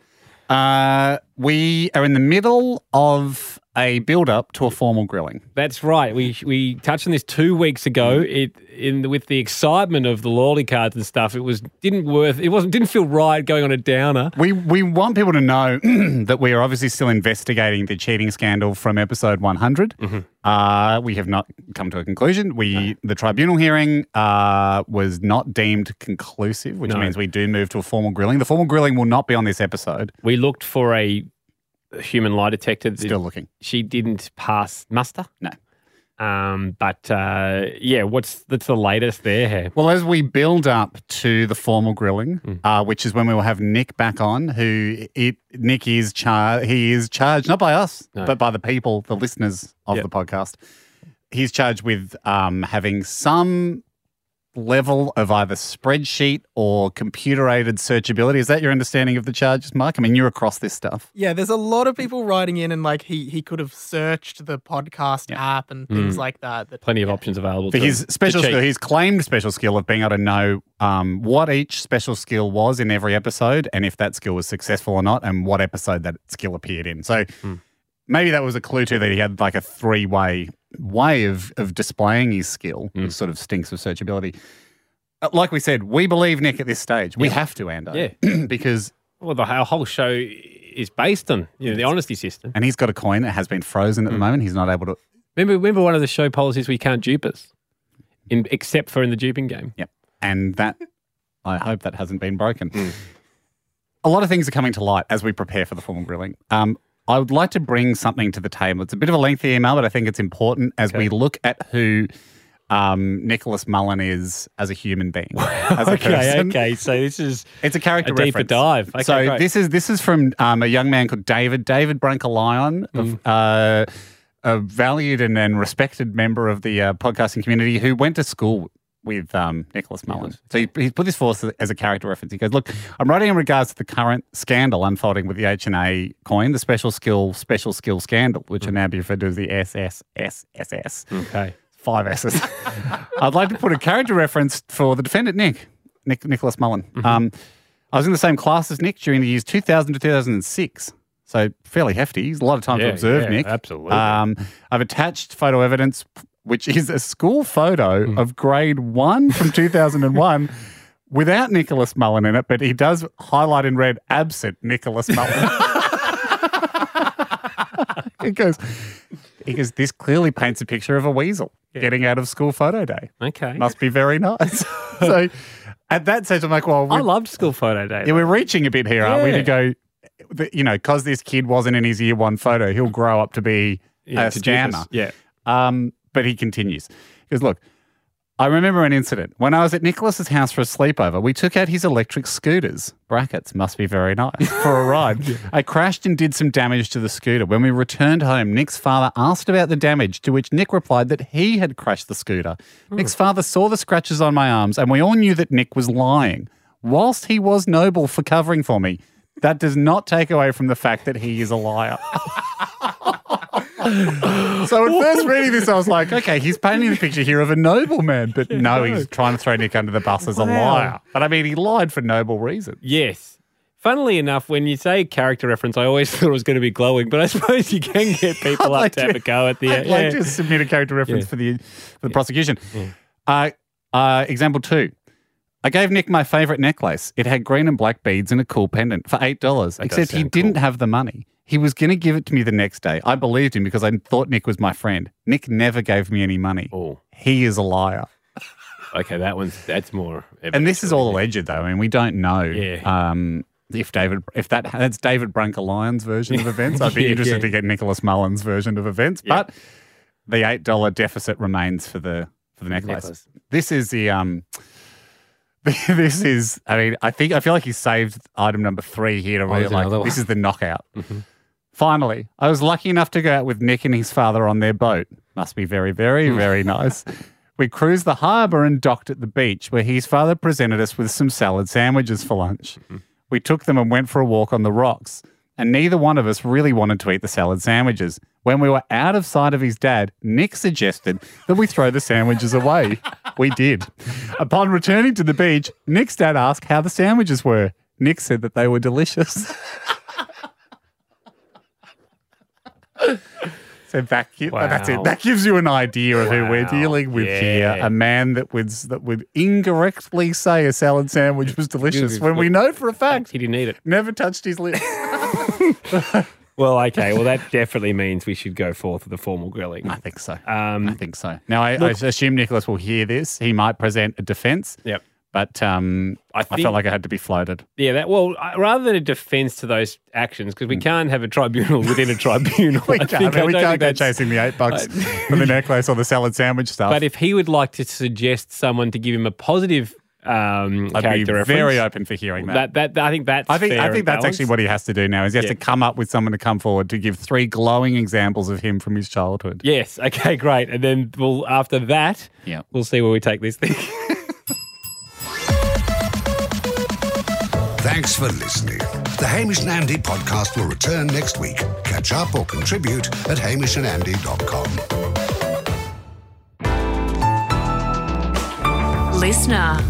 Speaker 4: uh, we are in the middle of a build up to a formal grilling.
Speaker 3: That's right. We we touched on this two weeks ago.
Speaker 4: Mm.
Speaker 3: It in with the excitement of the loyalty cards and stuff. It was didn't worth. It wasn't didn't feel right going on a downer.
Speaker 4: We we want people to know that we are obviously still investigating the cheating scandal from episode 100. Uh, we have not come to a conclusion. We the tribunal hearing uh, was not deemed conclusive, which
Speaker 3: No.
Speaker 4: means we do move to a formal grilling. The formal grilling will not be on this episode.
Speaker 3: We looked for a human lie detector.
Speaker 4: Still looking.
Speaker 3: She didn't pass muster.
Speaker 4: No.
Speaker 3: Um, but uh, yeah, what's that's the latest there? Here.
Speaker 4: Well, as we build up to the formal grilling, uh, which is when we will have Nick back on, who it, Nick is char- he is charged not by us,
Speaker 3: No.
Speaker 4: but by the people, the listeners of the podcast. He's charged with um, having some level of either spreadsheet or computer aided searchability. Is that your understanding of the charges, Mark? I mean, you're across this stuff.
Speaker 5: Yeah, there's a lot of people writing in and like he he could have searched the podcast app and things
Speaker 4: Mm.
Speaker 5: like that. that
Speaker 3: Plenty of options available.
Speaker 4: For
Speaker 3: to
Speaker 4: his
Speaker 3: to
Speaker 4: special
Speaker 3: cheat.
Speaker 4: skill, his claimed special skill of being able to know um, what each special skill was in every episode and if that skill was successful or not and what episode that skill appeared in. So
Speaker 3: Hmm.
Speaker 4: maybe that was a clue to that he had like a three way way of, of displaying his skill,
Speaker 3: Hmm.
Speaker 4: which sort of stinks of searchability. Uh, Like we said, we believe Nick at this stage. We have to, Ando. Yeah. because.
Speaker 3: Well, the our whole show is based on you know the honesty system.
Speaker 4: And he's got a coin that has been frozen
Speaker 3: Hmm.
Speaker 4: at the moment. He's not able to.
Speaker 3: Remember, remember one of the show policies we can't dupe us, in, except for in the duping game.
Speaker 4: Yep. And that, I hope that hasn't been broken.
Speaker 3: Hmm.
Speaker 4: A lot of things are coming to light as we prepare for the formal grilling. Um, I would like to bring something to the table. It's a bit of a lengthy email, but I think it's important as we look at who um, Nicholas Mullen is as a human being. As a
Speaker 3: okay,
Speaker 4: person.
Speaker 3: okay. So this is
Speaker 4: It's a character
Speaker 3: a deeper
Speaker 4: reference.
Speaker 3: dive. Okay,
Speaker 4: so
Speaker 3: great.
Speaker 4: this is this is from um, a young man called David David Brankalion,
Speaker 3: Mm.
Speaker 4: of, uh, a valued and, and respected member of the uh, podcasting community, who went to school with um, Nicholas Mullen. So he, he put this forth as a character reference. He goes, "Look, I'm writing in regards to the current scandal unfolding with the H and A coin, the special skill special skill scandal,
Speaker 3: Mm.
Speaker 4: which are now be referred to as the SSSSS."
Speaker 3: Okay.
Speaker 4: Five S's. I'd like to put a character reference for the defendant, Nick, Nick Nicholas Mullen.
Speaker 3: Mm-hmm.
Speaker 4: Um, I was in the same class as Nick during the years 2000 to 2006. So fairly hefty. He's a lot of time
Speaker 3: Yeah,
Speaker 4: to observe,
Speaker 3: yeah,
Speaker 4: Nick.
Speaker 3: absolutely.
Speaker 4: Um, I've attached photo evidence, which is a school photo
Speaker 3: Mm.
Speaker 4: of grade one from 2001 without Nicholas Mullen in it, but he does highlight in red absent Nicholas Mullen. he goes, he goes, this clearly paints a picture of a weasel getting out of school photo day.
Speaker 3: Okay.
Speaker 4: Must be very nice. so at that stage, I'm like, well,
Speaker 3: I
Speaker 4: we're,
Speaker 3: loved school photo day.
Speaker 4: yeah, we're reaching a bit here, aren't we?
Speaker 3: Yeah.
Speaker 4: To go, th- you know, because this kid wasn't in his year one photo, he'll grow up to be
Speaker 3: Yeah,
Speaker 4: a
Speaker 3: to dupe
Speaker 4: scammer.
Speaker 3: us. Yeah.
Speaker 4: Um, but he continues. He goes, Look, I remember an incident. When I was at Nicholas's house for a sleepover, we took out his electric scooters, brackets, must be very nice, for a ride. I crashed and did some damage to the scooter. When we returned home, Nick's father asked about the damage, to which Nick replied that he had crashed the scooter. Nick's father saw the scratches on my arms, and we all knew that Nick was lying. Whilst he was noble for covering for me, that does not take away from the fact that he is a liar. So at first reading this, I was like, okay, he's painting the picture here of a nobleman, but no, he's trying to throw Nick under the bus as a
Speaker 3: Wow.
Speaker 4: liar. But I mean, he lied for noble reasons.
Speaker 3: Yes. Funnily enough, when you say character reference, I always thought it was going to be glowing, but I suppose you can get people up to have a go at the
Speaker 4: I'd like
Speaker 3: end.
Speaker 4: to submit a character reference
Speaker 3: Yeah.
Speaker 4: for the for the prosecution. Uh, uh, example two. I gave Nick my favorite necklace. It had green and black beads and a cool pendant for $8, except he didn't have the money. He was going to give it to me the next day. I believed him because I thought Nick was my friend. Nick never gave me any money.
Speaker 3: Oh.
Speaker 4: He is a liar.
Speaker 3: Okay, that one's that's more.
Speaker 4: And this is all alleged, though. I mean, we don't know. Um, if David, if that that's David Brunker Lyons' version of events, I'd be
Speaker 3: Yeah,
Speaker 4: interested
Speaker 3: yeah.
Speaker 4: to get Nicholas Mullen's version of events. But the eight dollar deficit remains for the for the necklace.
Speaker 3: Necklace.
Speaker 4: This is the um. This is, I mean, I think I feel like he saved item number three here to
Speaker 3: Oh,
Speaker 4: really
Speaker 3: there's
Speaker 4: like
Speaker 3: another one.
Speaker 4: this is the knockout. Finally, I was lucky enough to go out with Nick and his father on their boat. Must be very, very, very nice. We cruised the harbour and docked at the beach, where his father presented us with some salad sandwiches for lunch. We took them and went for a walk on the rocks, and neither one of us really wanted to eat the salad sandwiches. When we were out of sight of his dad, Nick suggested that we throw the sandwiches away. We did. Upon returning to the beach, Nick's dad asked how the sandwiches were. Nick said that they were delicious. So that, gi- oh, that's it.
Speaker 3: Wow.
Speaker 4: That gives you an idea of who we're
Speaker 3: Wow.
Speaker 4: dealing with
Speaker 3: Yeah.
Speaker 4: here. A man that would that would incorrectly say a salad sandwich was delicious when we know for a fact
Speaker 3: he didn't eat it.
Speaker 4: Never touched his lips.
Speaker 3: Well, okay. Well, that definitely means we should go forth with the formal grilling. I
Speaker 4: think so.
Speaker 3: Um, I
Speaker 4: think so. Now I, I assume Nicholas will hear this. He might present a defence.
Speaker 3: Yep.
Speaker 4: But um, I,
Speaker 3: think-
Speaker 4: felt like I had to be floated.
Speaker 3: Yeah, that well, I- rather than a defense to those actions, because we can't have a tribunal within a tribunal.
Speaker 4: Mm. We
Speaker 3: I
Speaker 4: can't,
Speaker 3: think- I
Speaker 4: we
Speaker 3: don't
Speaker 4: can't
Speaker 3: think
Speaker 4: go
Speaker 3: that's-
Speaker 4: chasing the eight bucks for the necklace or the salad sandwich stuff.
Speaker 3: But if he would like to suggest someone to give him a positive um,
Speaker 4: I'd be
Speaker 3: character reference,
Speaker 4: very open for hearing that.
Speaker 3: That, that, I think that's.
Speaker 4: I think
Speaker 3: fair
Speaker 4: I think
Speaker 3: and
Speaker 4: that's
Speaker 3: balanced.
Speaker 4: actually what he has to do now. Is he has
Speaker 3: Yeah.
Speaker 4: to come up with someone to come forward to give three glowing examples of him from his childhood.
Speaker 3: Yes. Okay. Great. And then we'll after that.
Speaker 4: Yeah.
Speaker 3: We'll see where we take this thing.
Speaker 2: Thanks for listening. The Hamish and Andy podcast will return next week. Catch up or contribute at hamishandandy.com.
Speaker 14: Listener.